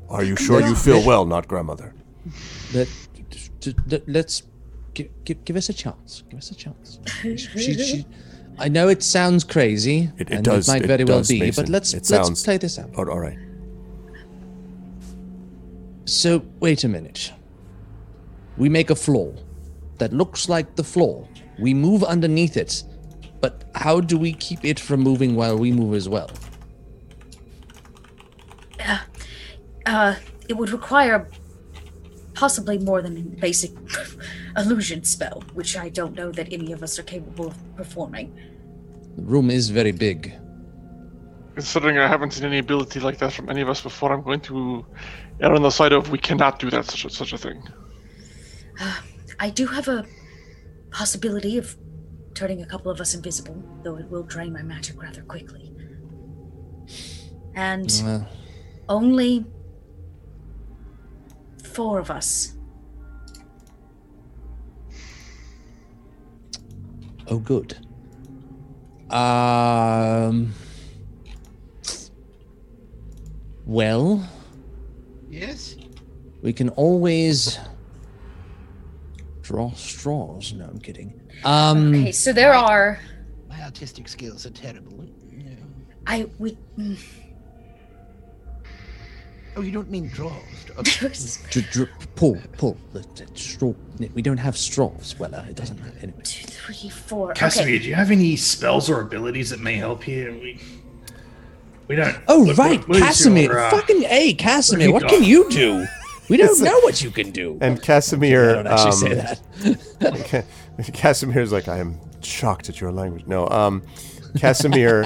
A: are you sure you feel well, not grandmother?
D: Let, t- t- let's give, give, give us a chance. Give us a chance. She, she, she- I know it sounds crazy,
A: It- it
D: and
A: does-
D: it might
A: it
D: very well
A: does,
D: be,
A: Mason.
D: but let's
A: It
D: let's
A: sounds-
D: play this out.
A: all right.
D: So wait a minute. We make a floor that looks like the floor. We move underneath it, but how do we keep it from moving while we move as well?
F: uh, it would require possibly more than a basic (laughs) illusion spell, which I don't know that any of us are capable of performing.
D: The room is very big.
E: considering I haven't seen any ability like that from any of us before, I'm going to err on the side of we cannot do that such a, such a thing.
F: I do have a possibility of turning a couple of us invisible, though it will drain my magic rather quickly. And
D: Mm. Uh,
H: Well,
F: only four of us.
H: oh, good. Um. Well,
G: Yes?
H: we can always draw straws. No, I'm kidding. Um.
F: Okay, so there are.
G: My artistic skills are terrible. Yeah.
F: I we. mm,
G: Oh, you don't mean draws. Okay.
H: Dr- dr- pull, pull the, the straw. We don't have straws. Well, uh, it doesn't matter anyway.
F: Two, three, four.
B: Casimir,
F: Okay.
B: do you have any spells or abilities that may help here? We we don't.
H: Oh
B: look,
H: right,
B: we'll- we'll use
H: Casimir.
B: your, uh,
H: Fucking hey, Casimir.
B: you
H: What
B: got?
H: can you do? We don't
A: It's a-
H: know what you can do.
A: And
H: I
A: Casimir.
H: don't actually say
A: um,
H: that.
A: Ca- (laughs) Casimir's like, I am shocked at your language. No, um, Casimir.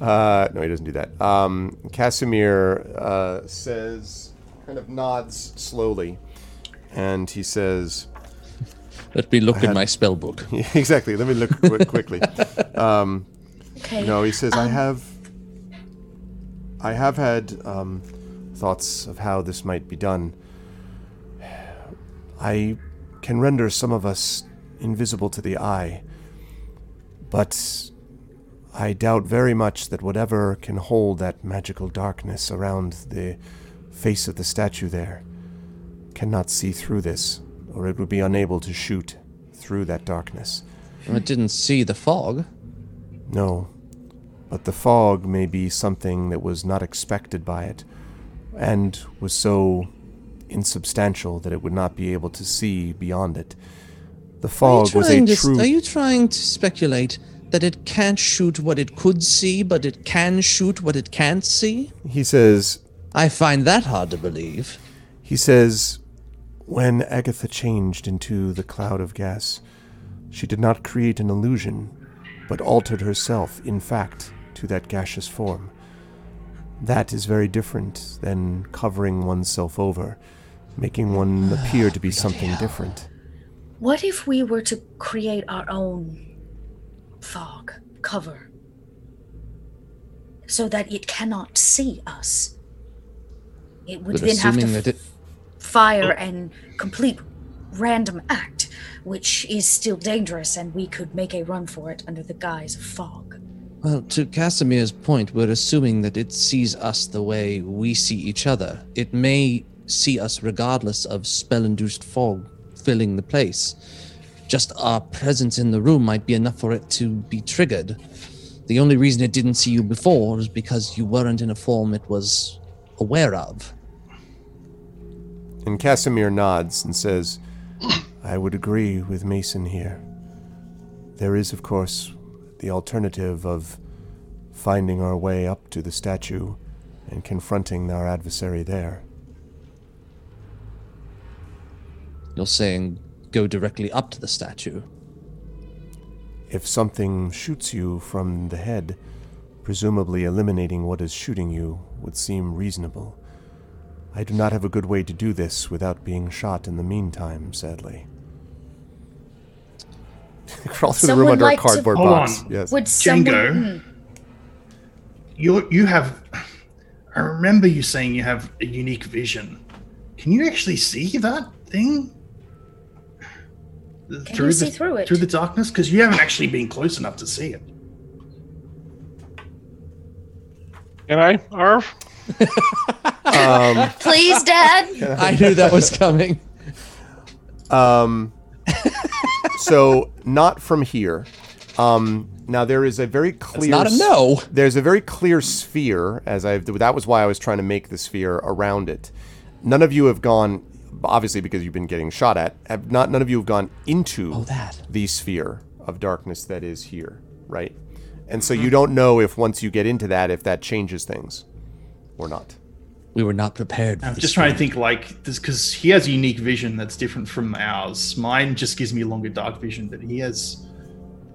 A: uh, no, he doesn't do that. Um, Casimir uh, says, kind of nods slowly, and he says, (laughs)
H: Let me look in my spell book.
A: exactly. Let me look qu- quickly.
F: Okay.
A: No, he says, I have. I have had um, thoughts of how this might be done. I can render some of us invisible to the eye, but I doubt very much that whatever can hold that magical darkness around the face of the statue there cannot see through this, or it would be unable to shoot through that darkness.
H: I didn't see the fog.
A: No. But the fog may be something that was not expected by it, and was so insubstantial that it would not be able to see beyond it. The
H: Are you,
A: fog was a
H: trying to,
A: true.
H: are you trying to speculate that it can't shoot what it could see, but it can shoot what it can't see?
A: He says,
H: I find that hard to believe.
A: He says, When Agatha changed into the cloud of gas, she did not create an illusion, but altered herself, in fact, to that gaseous form. That is very different than covering oneself over, making one appear to be something different.
F: What if we were to create our own fog cover so that it cannot see us? It would
H: But
F: then have to
H: assuming that it,
F: fire
D: Oh.
F: and complete random act, which is still dangerous, and we could make a run for it under the guise of fog.
H: Well, to Casimir's point, we're assuming that it sees us the way we see each other. It may see us regardless of spell induced fog filling the place. Just our presence in the room might be enough for it to be triggered. The only reason it didn't see you before is because you weren't in a form it was aware of.
A: And Casimir nods and says, I would agree with Mason here. There is, of course, the alternative of finding our way up to the statue and confronting our adversary there.
H: You're saying go directly up to the statue.
A: If something shoots you from the head, presumably eliminating what is shooting you would seem reasonable. I do not have a good way to do this without being shot in the meantime, sadly. (laughs) Crawl through the
F: Someone
A: room under
F: like
A: a
F: to-
A: cardboard
B: Hold
A: box.
B: on.
A: Yes.
F: Would someone? Hmm.
B: Django? You you have. I remember you saying you have a unique vision. Can you actually see that thing? Can
F: you see through it?
B: Through the darkness, because you haven't actually been close enough to see it.
E: Can I? Arf?
A: um,
F: Please, Dad.
H: I knew that was coming.
A: um, so not from here. Um, now there is a very clear.
H: not a
A: s-
H: no.
A: There's a very clear sphere. As I that was why I was trying to make the sphere around it. None of you have gone, obviously, because you've been getting shot at. Have not. None of you have gone into
H: Oh, that.
A: the sphere of darkness that is here, right? And so
H: Mm-hmm.
A: you don't know if once you get into that, if that changes things, or not.
H: We were not prepared.
B: I'm just trying to think like this because he has a unique vision that's different from ours. Mine just gives me longer dark vision, but he has.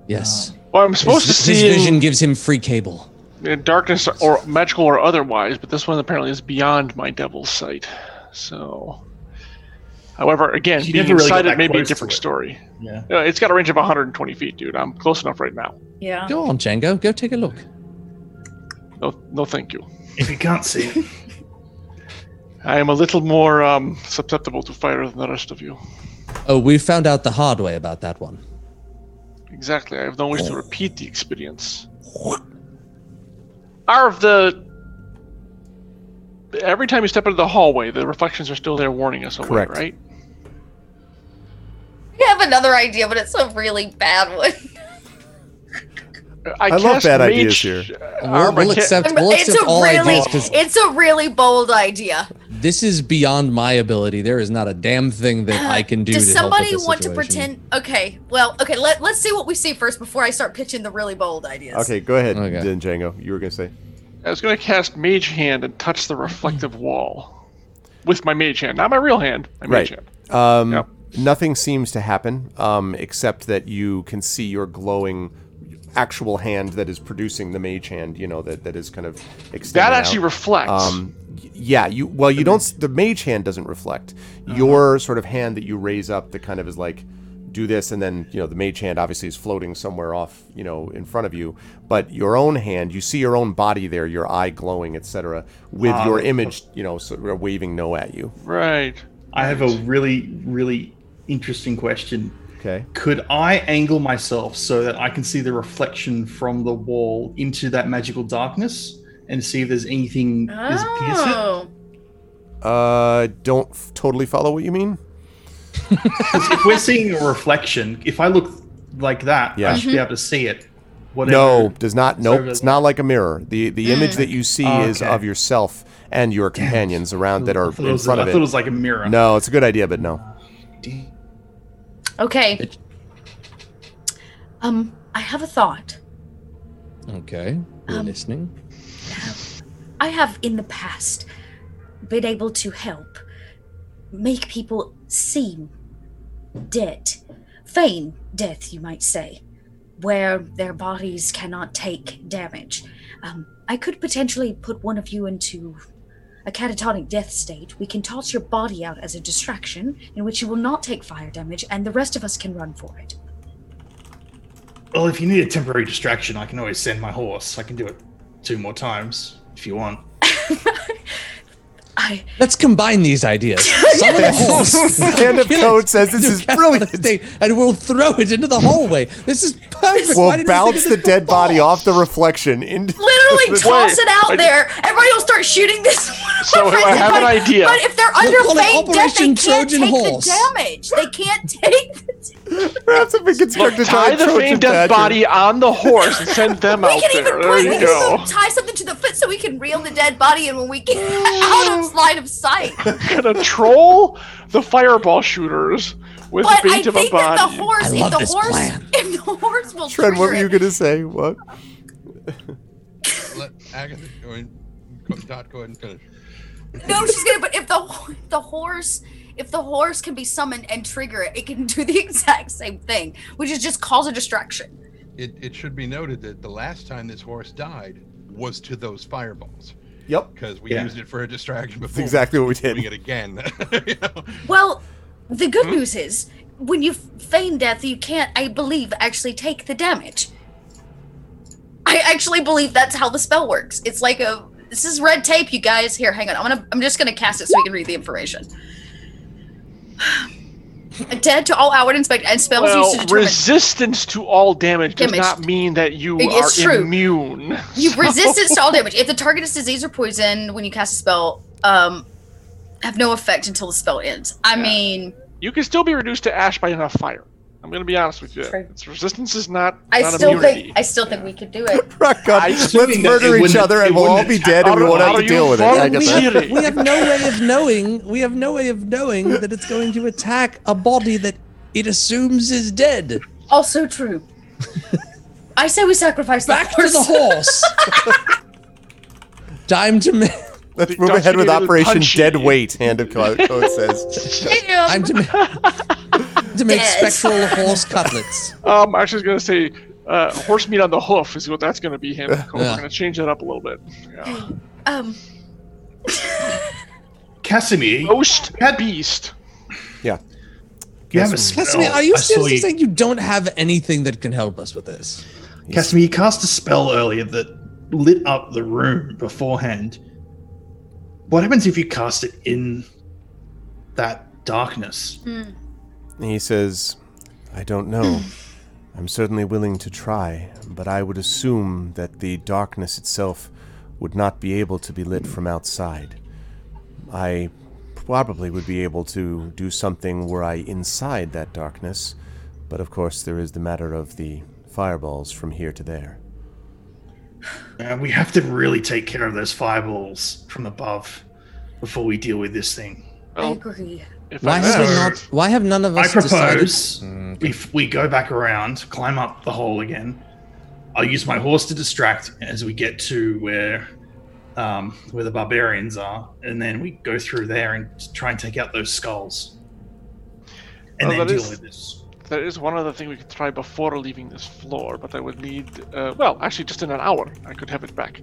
H: Yes.
B: Ah.
E: Well, I'm supposed
H: his,
E: to see.
H: his
E: in-
H: vision gives him free cable.
E: in darkness or magical or otherwise, but this one apparently is beyond my devil's sight. So, however, again,
B: You
E: being
B: never really got
E: inside it
B: that
E: may be a
B: close to
E: different
B: it.
E: story.
B: Yeah.
E: Uh, It's got a range of 120 feet, dude. I'm close enough right now.
F: (laughs) Yeah.
D: Go on, Django. Go take a look.
E: No, no, thank you.
B: If you can't see (laughs) it,
E: I am a little more um, susceptible to fire than the rest of you.
D: Oh, we found out the hard way about that one.
E: Exactly. I have no wish to repeat the experience. Are of the. Every time you step into the hallway, the reflections are still there, warning us away,
A: Correct.
E: right?
F: I have another idea, but it's a really bad one. (laughs)
E: I,
A: love
E: cast
A: bad
E: mage, uh,
A: ideas here. Oh
E: armor.
D: We'll, we'll
E: I ca-
D: accept, we'll
F: it's
D: accept
F: a
D: all
F: really,
D: ideas because
F: it's a really bold idea.
D: this is beyond my ability. There is not a damn thing that I can do.
F: Does
D: to help with
F: somebody
D: this
F: want to
D: situation.
F: pretend? Okay, well, okay. Let Let's see what we see first before I start pitching the really bold ideas.
A: Okay, go ahead,
D: Okay.
A: then Django. You were gonna say.
E: I was going to cast Mage Hand and touch the
F: Hmm.
E: reflective wall with my Mage Hand, not my real hand. My Mage Hand.
A: Um,
E: Yep.
A: Nothing seems to happen, um, except that you can see your glowing actual hand that is producing the mage hand. You know that that is kind of extended.
E: That actually
A: out.
E: reflects.
A: Um, y- yeah, you well, you don't. s- The mage hand doesn't reflect
E: Uh-huh.
A: your sort of hand that you raise up. That kind of is like do this, and then you know the mage hand obviously is floating somewhere off, you know, in front of you. But your own hand, you see your own body there, your eye glowing, etc., with
E: Ah,
A: your image, you know, sort of waving no at you.
E: right.
B: I have a really, really interesting question.
A: Okay.
B: Could I angle myself so that I can see the reflection from the wall into that magical darkness and see if there's anything that's piercing?
F: Oh,
A: Uh, don't f- totally follow what you mean.
B: 'Cause if we're seeing a reflection, if I look like that,
A: Yeah.
B: I should be able to see it. Whatever.
A: No, does not. Nope.
B: Sorry,
A: It's
B: but-
A: not like a mirror. The the image that you see is
B: Okay.
A: of yourself and your companions around that
B: I
A: are
B: thought, it
A: in
B: was,
A: front
B: I
A: of
B: thought it
A: it.
B: was like a mirror.
A: No, it's a good idea, but no.
F: okay. Um, I have a thought.
D: Okay, we're
F: Um,
D: listening.
F: I have in the past been able to help make people seem dead, feign death, you might say, where their bodies cannot take damage. Um, I could potentially put one of you into a catatonic death state. We can toss your body out as a distraction, in which you will not take fire damage, and the rest of us can run for it.
B: Well, if you need a temporary distraction, I can always send my horse. I can do it two more times if you want.
F: I
D: Let's combine
F: (laughs)
D: these ideas. Summon a horse.
A: Hand of
D: Kill
A: Code
D: it.
A: says this
D: You
A: is
D: can't
A: brilliant.
D: mistake, and we'll throw it into the hallway. This is perfect. Why
A: We'll
D: didn't I think of
A: bounce
D: this
A: the dead
D: before?
A: body off the reflection (laughs) into.
F: literally toss
E: Wait,
F: it out
E: I-
F: there. Everybody will start shooting this. (laughs) one
E: So,
F: for
E: I
F: it,
E: have
F: but,
E: an idea.
F: But if they're under
D: call it
F: feigned death, they
D: Operation
F: can't
D: Trojan
F: take
D: Horse.
F: the damage. They can't (laughs) take. The
A: Perhaps if we
E: Look,
A: construct a
E: tie
A: giant
E: the
A: Trojan
E: famed death
A: badger.
E: body on the horse and send
F: (laughs)
E: them
F: we
E: out
F: can
E: there.
F: even
E: There
F: bring,
E: you
F: we can
E: go.
F: even tie something to the foot so we can reel the dead body in when we get (laughs) out of line of
E: (laughs)
F: sight.
E: gonna troll the fireball shooters with
F: But I
E: bait of a
F: think that the
E: body.
D: I
F: horse, if
D: love
F: the
D: this
F: horse,
D: plan.
F: (laughs) if the horse will
A: Shred, what
F: trigger
A: were you
F: it.
A: gonna say? What?
C: Let Agatha go and go, Dot, go ahead and finish.
F: No, she's gonna. But if the ho- the horse. If the horse can be summoned and trigger it, it can do the (laughs) exact same thing, which is just cause a distraction.
C: It, it should be noted that the last time this horse died was to those fireballs
A: Yep.
C: because we
B: Yeah.
C: used it for a distraction before.
A: That's exactly what we
C: we're doing it
A: did.
C: again. (laughs) You know?
F: Well, the good news is when you feign death, you can't, I believe, actually take the damage. I actually believe that's how the spell works. It's like a this is red tape, you guys. Here, hang on. I'm gonna I'm just gonna cast it so we can read the information. (sighs) Dead to all outward inspect and spells used to
E: Well,
F: determine.
E: resistance to all damage does
F: Damage.
E: not mean that you
F: It
E: are
F: is true.
E: immune. (laughs)
F: you resist its all damage. If the target is diseased or poisoned when you cast a spell, um, have no effect until the spell ends. I
E: Yeah.
F: mean,
E: You can still be reduced to ash by enough fire. I'm gonna be honest with you.
F: True.
E: It's resistance is not.
F: I
E: not
F: still
E: immunity.
F: think I still think we could do it.
A: Rock up.
E: I
A: Let's
B: assume that it
A: murder each
B: wouldn't-
A: other,
B: it
A: and we'll all
B: wouldn't
A: be
B: attack-
A: dead, and we
E: How
A: won't
E: do-
A: have
E: how
A: to
E: do
A: deal
E: you
A: with it. I
E: form
A: get
D: Oh, we,
A: that.
E: these-
D: have, we have no way of knowing. We have no way of knowing that it's going to attack a body that it assumes is dead.
F: Also true. I say we sacrifice the
D: Back to
F: horse.
D: the horse. (laughs) Time to ma-
A: Let's
E: Don't
A: move
E: you
A: ahead with
E: need a little
A: Operation
E: punchy?
A: Dead Weight. Hand of Code Code says.
E: (laughs)
F: Damn.
D: time to ma- to make
F: Yes.
D: spectral horse cutlets.
E: Um, I was just gonna say, Uh, horse meat on the hoof is what that's going to be him.
D: Yeah.
E: We're going to change that up a little bit. Yeah.
F: Um,
B: Casimir,
E: Roast beast.
B: you have a
A: Casimir.
B: spell.
D: Casimir, are you
B: Oh, I saw
D: seriously
B: you-
D: saying you don't have anything that can help us with this?
B: Casimir, you cast a spell earlier that lit up the room beforehand. What happens if you cast it in that darkness?
A: And he says, I don't know. I'm certainly willing to try, but I would assume that the darkness itself would not be able to be lit from outside. I probably would be able to do something were I inside that darkness, but of course there is the matter of the fireballs from here to there.
B: Uh, we have to really take care of those fireballs from above before we deal with this thing.
F: I
E: Well,
F: agree.
E: if
D: Why
E: I
D: have we
B: know.
D: not? Why have none of us
B: I propose
A: Mm,
B: if we go back around, climb up the hole again. I'll use my horse to distract as we get to where um, where the barbarians are, and then we go through there and try and take out those skulls, and
E: Well,
B: then
E: Oh, that
B: deal
E: is-
B: with this.
E: There is one other thing we could try before leaving this floor, but I would need, uh, well, actually, just in an hour, I could have it back.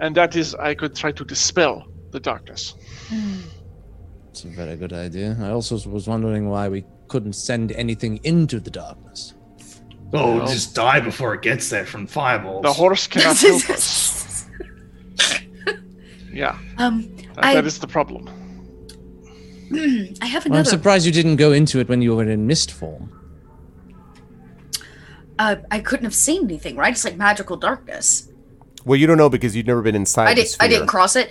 E: And that is, I could try to dispel the darkness.
D: It's a very good idea. I also was wondering why we couldn't send anything into the darkness.
B: Oh, we'll
E: Well-
B: just die before it gets there from fireballs.
F: (laughs)
E: The horse cannot help us. Yeah,
F: um,
E: that,
F: I-
E: that is the problem.
F: I have
D: Well, I'm
F: another.
D: surprised you didn't go into it when you were in mist form.
F: uh, I couldn't have seen anything, right? It's like magical darkness.
A: Well, you don't know because you've never been inside
F: I
A: the
F: did. I didn't
A: sphere.
F: cross it.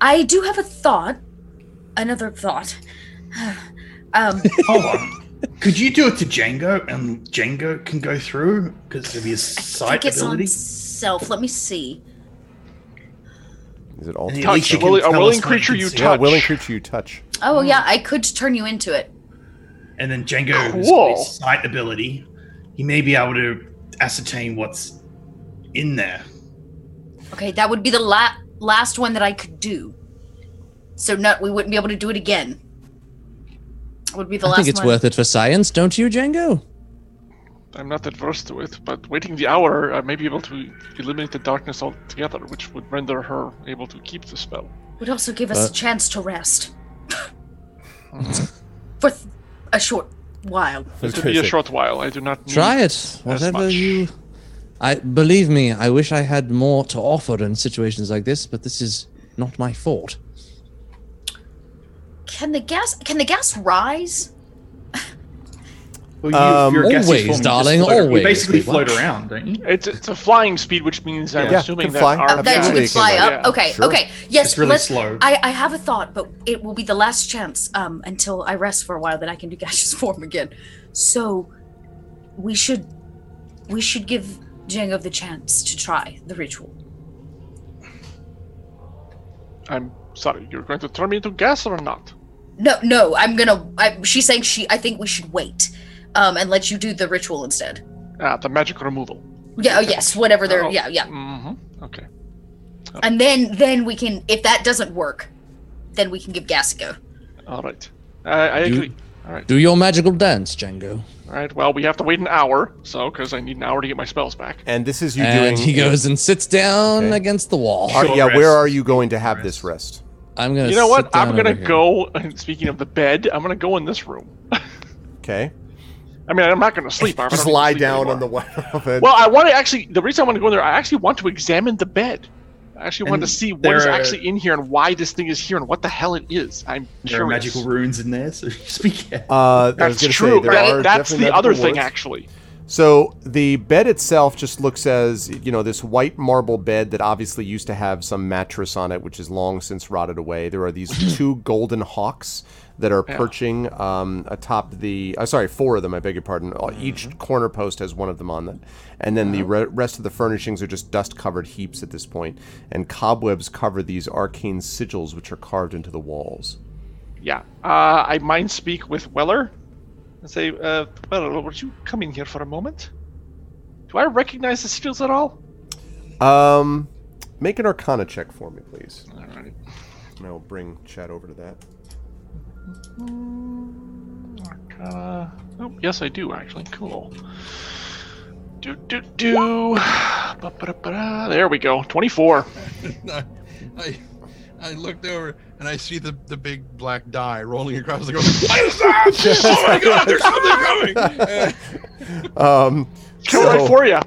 F: I do have a thought. Another thought. um,
B: Hold on. Oh, Could you do it to Django, and Django can go through because of his
F: I
B: sight
F: think it's on
B: ability?
F: self. Let me see.
A: Is it all
B: And he
A: touch?
B: leaves
E: Touch.
B: you
E: A
B: can
E: willing- a
B: tell us
E: willing
B: what
E: creature
B: can
E: you
B: see.
A: Yeah,
E: touch.
A: willing creature you touch.
F: Oh yeah, I could turn you into it.
B: And then Django has
E: Cool.
B: his sight ability. He may be able to ascertain what's in there.
F: Okay, that would be the la- last one that I could do. So no, we wouldn't be able to do it again. Would be the
D: I
F: last
D: think it's
F: one.
D: worth it for science, don't you, Django?
E: I'm not adverse to it, but waiting the hour, I may be able to eliminate the darkness altogether, which would render her able to keep the spell.
F: would also give us
D: Uh.
F: a chance to rest for th- a short while.
E: This would be a short while. I do not need
D: Try it. Whatever
E: much.
D: you. I believe me. I wish I had more to offer in situations like this, but this is not my fault.
F: Can the gas? Can the gas rise?
B: Well, you,
A: Um,
B: you're a gaseous
D: always,
B: form, you just
D: darling,
B: float-
D: always.
B: You basically
D: We
B: float
D: watch.
B: around, don't you?
E: It's, it's a flying speed, which means I'm
A: Yeah,
E: assuming
A: can
E: that
A: fly.
E: our
A: Uh,
F: that you
A: Absolutely
F: can fly
A: can,
F: up. Okay,
A: Sure.
F: okay. Yes,
B: It's really
F: let's-
B: slow.
F: I, I have a thought, but it will be the last chance um, until I rest for a while that I can do (laughs) gaseous form again. So we should we should give Django the chance to try the ritual.
E: I'm sorry, you're going to turn me into gas or not?
F: No, no, I'm gonna. I, she's saying she. I think we should wait, um, and let you do the ritual instead.
E: Ah, the magic removal.
F: Yeah. Oh, yes. Whatever. They're.
E: Oh.
F: Yeah. Yeah.
E: Mm-hmm. Okay.
F: And then, then we can. If that doesn't work, then we can give gas a go.
E: All right. I, I
D: You-
E: agree. All right.
D: Do your magical dance, Django.
E: All right. Well, we have to wait an hour, so because I need an hour to get my spells back.
A: And this is you
D: and
A: doing.
D: he goes and sits down
A: Okay.
D: against the wall.
A: (laughs) Are-
B: Short
A: yeah,
B: rest.
A: where are you going to have this rest?
D: I'm gonna.
E: You know
D: sit
E: what? I'm
D: down
E: gonna
D: over here.
E: go. (laughs) And speaking of the bed, I'm gonna go in this room.
A: Okay.
E: I mean, I'm not gonna sleep. I'm
A: Just lie down on the (laughs) of it.
E: Well, I want to actually. The reason I want to go in there, I actually want to examine the bed. I actually want to
B: And
E: see what
B: there
E: is
B: are-
E: actually in here and why this thing is here and what the hell it is. I'm
B: There are
E: curious.
B: magical runes in there, so (laughs) speak out.
A: uh, I was
E: That's
A: gonna
E: true.
A: Say, there
E: That-
A: are
E: that's
A: definitely
E: the other
A: magical
E: thing,
A: words.
E: actually.
A: So the bed itself just looks as you know this white marble bed that obviously used to have some mattress on it, which is long since rotted away. There are these two golden hawks that are perching um, atop the. Uh, sorry, four of them. I beg your pardon. Uh, Each corner post has one of them on them, and then the re- rest of the furnishings are just dust-covered heaps at this point, and cobwebs cover these arcane sigils which are carved into the walls.
E: Yeah. Uh, I mind speak with Weller and say, uh, Weller, would you come in here for a moment? Do I recognize the seals at all?
A: Um, make an Arcana check for me, please.
E: Alrighty.
A: And I'll bring Chad over to that.
E: Uh, oh, yes, I do, actually. Cool. Do do do. Ba-ba-da-ba-da. There we go.
A: (laughs)
E: Twenty-four.
C: I, I, I looked over and I see the, the big black die rolling across the ground. What is that? Oh my god, there's something coming! Uh,
A: (laughs) Um,
E: Kill right
A: So-
E: for you.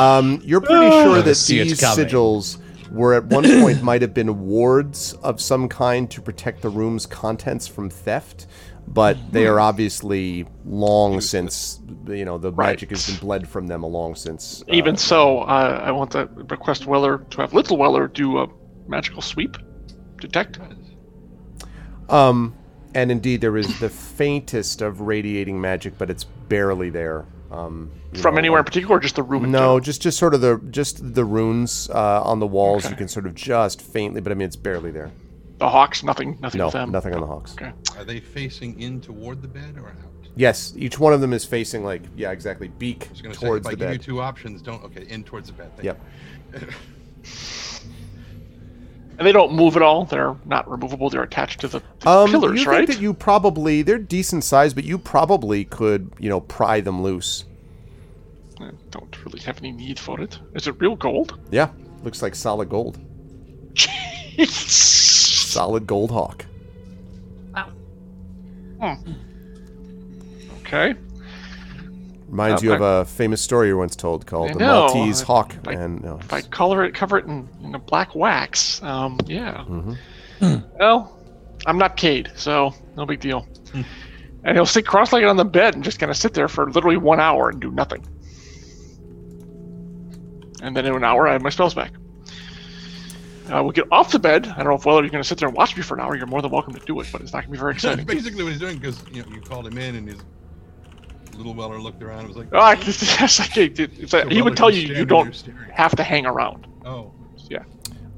A: Um, you're pretty
E: Ah.
A: sure that
H: See it's
A: these
H: coming.
A: sigils were at
H: (coughs)
A: one point might have been wards of some kind to protect the room's contents from theft, but they are obviously long since you know the
E: Right.
A: magic has been bled from them. Long since uh,
E: Even so, uh, I want to request Weller to have Little Weller do a magical sweep, detect.
A: Um, and indeed, there is the faintest of radiating magic, but it's barely there. Um, you
E: From
A: know,
E: anywhere in
A: like-
E: particular, or just the room? in
A: No,
E: general?
A: just just sort of the just the runes uh, on the walls. You can sort of just faintly, but I mean it's barely there.
E: the Hawks. Nothing. Nothing
A: No,
E: with them.
A: nothing on the hawks.
E: Okay.
C: are they facing in toward the bed or out?
A: Yes, each one of them is facing like yeah, exactly beak
C: I was gonna
A: towards
C: say,
A: the
C: if I give
A: bed.
C: you two options, don't. Okay, in towards the bed. Thank
A: Yep.
C: (laughs)
E: And they don't move at all. They're not removable. They're attached to the, the
A: Um,
E: pillars,
A: you
E: right?
A: think that you probably they're decent size, but you probably could you know pry them loose.
E: I don't really have any need for it. Is it real gold?
A: Yeah, looks like solid gold,
E: Jeez.
A: solid gold hawk.
E: Okay.
A: Reminds
E: Uh,
A: you of a famous story you once told called
E: I
A: the
E: know,
A: Maltese
E: I-
A: hawk.
E: I-
A: and no,
E: If I color it, cover it in, in a black wax, um, yeah.
A: Mhm.
E: Well, I'm not Cade, so no big deal. and he'll sit cross-legged on the bed and just kind of sit there for literally one hour and do nothing. And then in an hour, I have my spells back. Uh, we'll get off the bed. I don't know if whether you're going to sit there and watch me for an hour. You're more than welcome to do it, but it's not going to be very
C: you. That's
E: exciting.
C: basically what he's doing because you know you called him in and his little Weller looked around and was like,
E: Oh, I, (laughs) yes, I did. It's like-
C: "Little
E: he
C: Weller,
E: would tell
C: you're
E: you you
C: standing there
E: don't
C: staring."
E: have to hang around.
C: Oh,
E: Yeah.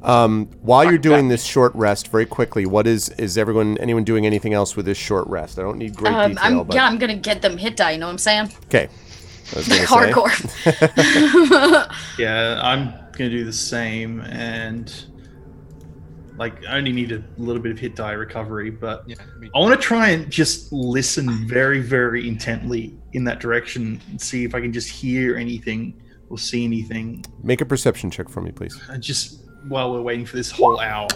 A: Um, while you're
E: Fuck
A: doing
E: that.
A: this short rest, very quickly, what is is everyone anyone doing anything else with this short rest? I don't need great
F: Um,
A: detail,
F: I'm,
A: but
F: yeah, I'm gonna get them hit die. You know what I'm saying?
A: okay.
F: (laughs)
A: I was gonna say.
F: Hardcore.
B: Yeah, I'm gonna do the same, and like I only need a little bit of hit die recovery, but
C: yeah. me
B: I want to try and just listen very, very intently in that direction and see if I can just hear anything or see anything.
A: Make a perception check for me, please.
B: I just while we're waiting for this whole hour,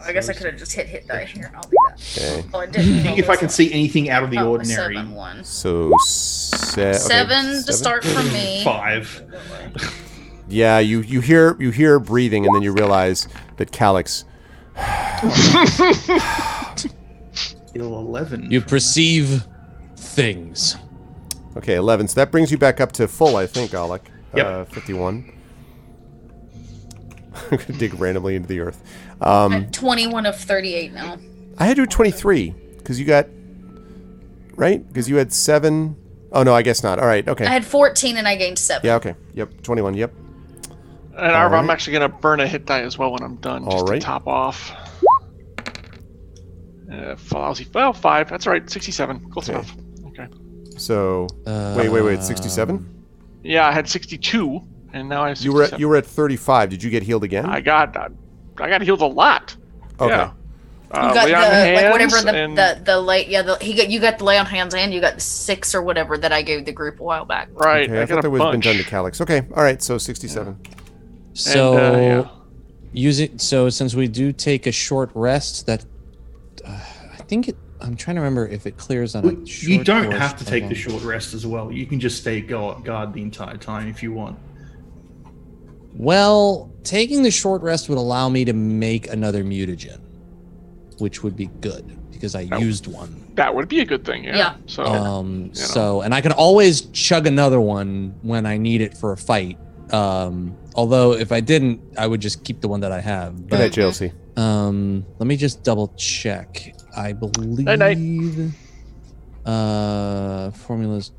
F: I guess I could have just hit hit die here. I'll do that.
A: Okay.
F: Well, I
B: (laughs)
F: didn't.
B: seeing if I can see anything out of the ordinary.
F: Seven, one.
A: So se- okay,
F: seven to start from
B: (laughs)
F: me.
B: Five.
A: Yeah, you you hear you hear breathing, and then you realize that Calix.
B: Ill eleven.
H: You perceive things.
A: Okay, eleven. So that brings you back up to full, I think, Alec.
B: Yep.
A: Uh, Fifty-one. (laughs) I'm gonna dig randomly into the earth. Um,
F: At 21 of 38 now.
A: I had to do 23 because you got right because you had seven. Oh no, I guess not. All right, okay.
F: I had 14 and I gained seven.
A: yeah, okay. Yep, 21. Yep.
E: And Arv, I'm
A: right.
E: actually gonna burn a hit die as well when I'm done, just
A: All right.
E: to top off. Uh, lousy, well, five. That's all right. Sixty-seven, close
A: Okay.
E: enough. Okay.
A: So wait, wait, wait. 67.
E: Yeah, I had sixty-two, and now I have
A: You were
E: 67.
A: at, you were at 35. Did you get healed again?
E: I got, I, I got healed a lot.
A: okay.
E: Yeah. Uh,
F: You got
E: lay
F: the
E: on
F: like whatever
E: hands
F: the,
E: and-
F: the the lay yeah the he got you got the lay on hands and you got the six or whatever that I gave the group a while back.
E: right.
A: Okay, I,
E: I,
A: thought
E: got a
A: that was been
E: bunch.
A: done to Calix. Okay, all right. So 67.
D: So
E: And, uh, yeah.
D: using so since we do take a short rest, that uh, I think it. I'm trying to remember if it clears on a short
B: You don't
D: rest
B: have to
D: or
B: take
D: long-
B: the short rest as well. You can just stay guard, guard the entire time if you want.
D: Well, taking the short rest would allow me to make another mutagen, which would be good because I used one.
E: that would be a good thing. Yeah.
F: Yeah.
E: So
A: Uh,
D: Um,
E: You know.
D: so and I can always chug another one when I need it for a fight. Um, although if I didn't, I would just keep the one that I have.
A: Good
D: But
A: night, JLC.
D: Um, let me just double check. I believe. Uh, formulas.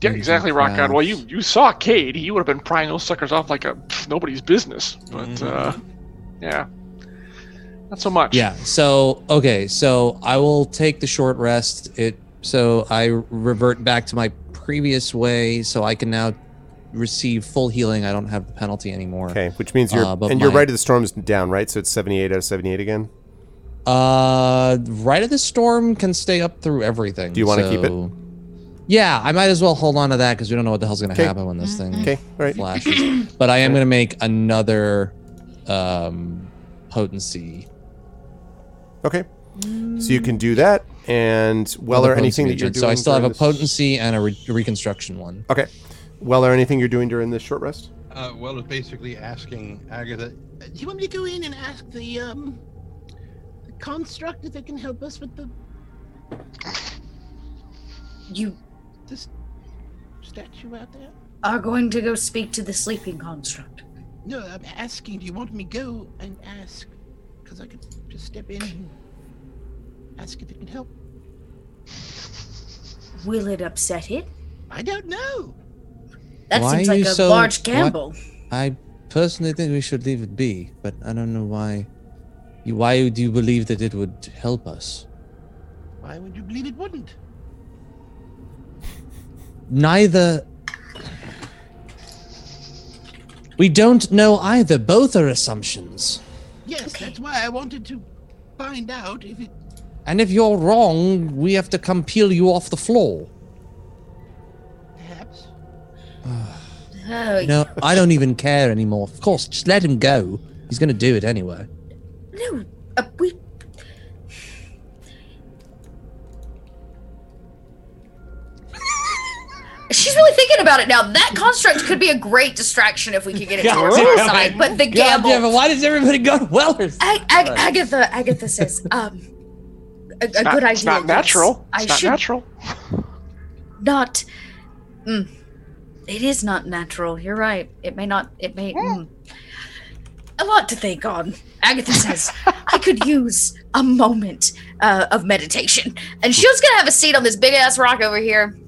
E: yeah,
D: Maybe
E: exactly, Rock God.
D: perhaps-
E: Well, you you saw Cade. He would have been prying those suckers off like a pff, nobody's business. But uh, yeah, not so much.
D: Yeah. So okay. So I will take the short rest. It. So I revert back to my previous way. So I can now receive full healing. I don't have the penalty anymore.
A: Okay, which means you're
D: Uh, but
A: and you're
D: my-
A: right. The storm's down, right? So it's 78 out of 78 again.
D: Uh, right of the storm can stay up through everything.
A: Do you wanna keep it?
D: so- Yeah, I might as well hold on to that because we don't know what the hell's gonna
A: 'Kay.
D: happen when this thing
A: Mm-hmm. Okay, all right.
D: flashes. but I am gonna make another um, potency.
A: Okay. So you can do that. And Weller,
D: another potency
A: anything that you're
D: agent.
A: doing.
D: So I still have
A: during
D: a
A: this-
D: potency and a re- reconstruction one.
A: Okay. Weller, anything you're doing during this
D: (laughs)
A: short rest?
C: Uh, well, it's basically asking
G: Uh,
C: Agatha.
G: do you want me to go in and ask the um the construct if they can help us with the
F: You
G: statue out there?
F: are going to go speak to the sleeping construct.
G: No, I'm asking. Do you want me to go and ask? Because I could just step in and ask if it can help.
F: Will it upset it?
G: I don't know.
F: That
D: Why
F: seems
D: are
F: like
D: you
F: a
D: so-
F: large
D: what-
F: gamble.
D: I personally think we should leave it be, but I don't know why. You, why do you believe that it would help us?
G: Why would you believe it wouldn't?
D: Neither. We don't know either. Both are assumptions.
G: Yes, that's why I wanted to find out if it.
D: And if you're wrong, we have to come peel you off the floor.
G: Perhaps.
F: Oh,
D: No, I don't even care anymore. Of course, just let him go. He's going to do it anyway.
F: No, uh, we. She's really thinking about it now. That construct could be a great distraction if we could get
E: (laughs)
F: it towards our side. But
D: (laughs)
F: the gamble.
D: God damn it, why does everybody go to Weller's?
F: Ag- Ag- Agatha, Agatha says, um, a, a good
E: Not-
F: idea.
E: It's not
F: yes.
E: natural.
F: I
E: It's not
F: should
E: natural.
F: not. Mm. it is not natural. You're right. It may not. It may. mm. A lot to think on. Agatha says, I could use a moment uh, of meditation. And she's going to have a seat on this big ass rock over here.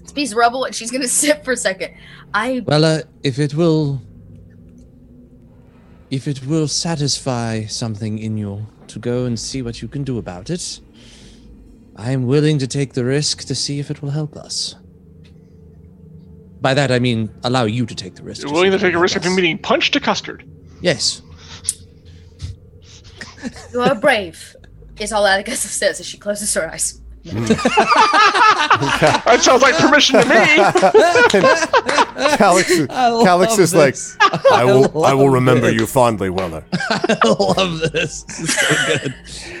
F: It's a piece of rubble, and she's going to (laughs) sit for a second. I.
D: Weller, uh, if it will. If it will satisfy something in you to go and see what you can do about it, I am willing to take the risk to see if it will help us. By that, I mean allow you to take the risk.
E: You're
D: see
E: willing to
D: if it will
E: take a
D: help
E: risk of
D: us.
E: him eating punch to custard.
D: Yes. (laughs)
F: You are brave, (laughs) is all Agatha (laughs) says as she closes her eyes.
E: That sounds like permission to
F: (laughs)
E: me.
A: Calix,
D: (laughs) love
A: Calix is like,
D: this.
A: (laughs) I will, I will
D: love
A: remember
D: this.
A: you fondly, Weller.
D: I love this. This is so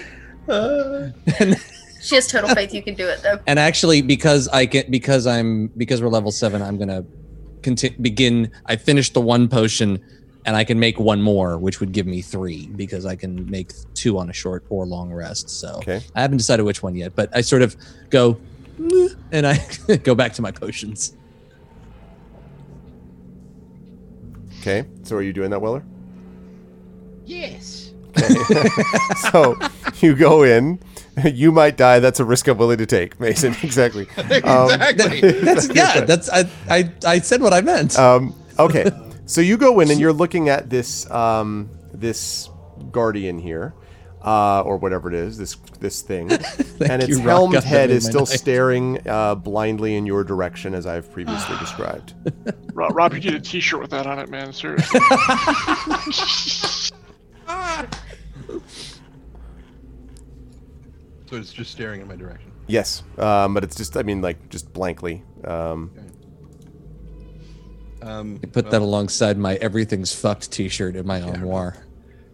D: good. and,
F: She has total faith you can do it, though.
D: and actually, because I can, because I'm, because we're level seven, I'm gonna conti- begin. I finished the one potion, and I can make one more, which would give me three because I can make two on a short or long rest. So
A: Okay.
D: I haven't decided which one yet, but I sort of go, "Meh," and I (laughs) go back to my potions.
A: Okay. So are you doing that, Weller? (laughs)
G: Yes.
A: so you go in. (laughs) You might die. That's a risk I'm willing to take, Mason. (laughs)
D: (laughs)
A: Exactly. Um,
C: exactly.
D: That's yeah. That's I, I I said what I meant.
A: Um, okay, so you go in and you're looking at this um, this guardian here, uh, or whatever it is, this
D: (laughs)
A: this thing, and its
D: you, Rock.
A: helmed
D: Got that
A: head
D: in
A: is
D: my
A: still
D: mind.
A: staring uh, blindly in your direction, as
D: (gasps)
A: I've previously described.
E: Rob, Rob, you need a T-shirt with that on it, man. Seriously.
C: so it's just staring in my direction.
A: Yes, um, but it's just, I mean, like just blankly. Um,
C: Um,
D: I put that alongside my everything's fucked T-shirt in my armoire.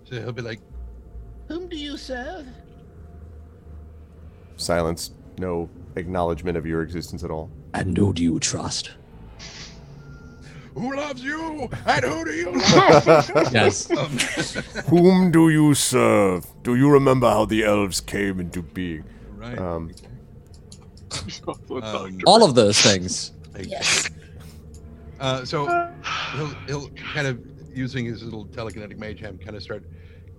C: So he'll be like,
G: Whom do you serve?
A: silence, no acknowledgement of your existence at all.
D: And who do you trust?
C: "Who loves you? And who do
A: (laughs)
C: you love?"
D: Yes.
C: Um,
A: Whom do you serve? Do you remember how the elves came into being?
C: right.
A: Um,
C: Um,
D: All of those things.
F: Yes.
C: Uh, so he'll, he'll kind of using his little telekinetic mage hand, kind of start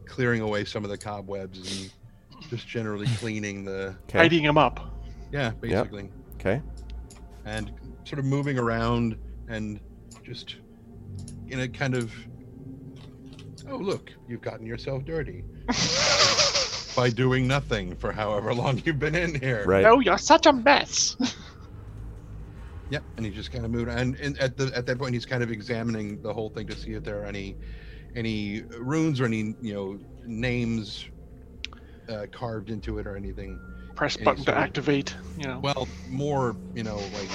C: clearing away some of the cobwebs and just generally cleaning the
A: Okay.
E: Tidying him up.
C: yeah, basically,
A: Okay.
C: and sort of moving around and just in a kind of oh look, you've gotten yourself dirty by doing nothing for however long you've been in here.
A: Right.
E: (laughs) No, Oh, you're such a mess. (laughs)
C: Yep, and he just kind of moved, and, and at the at that point, he's kind of examining the whole thing to see if there are any any runes or any you know names uh, carved into it or anything.
E: Press
C: Any
E: button to
C: sort of-
E: activate. you know.
C: Well, more, you know, like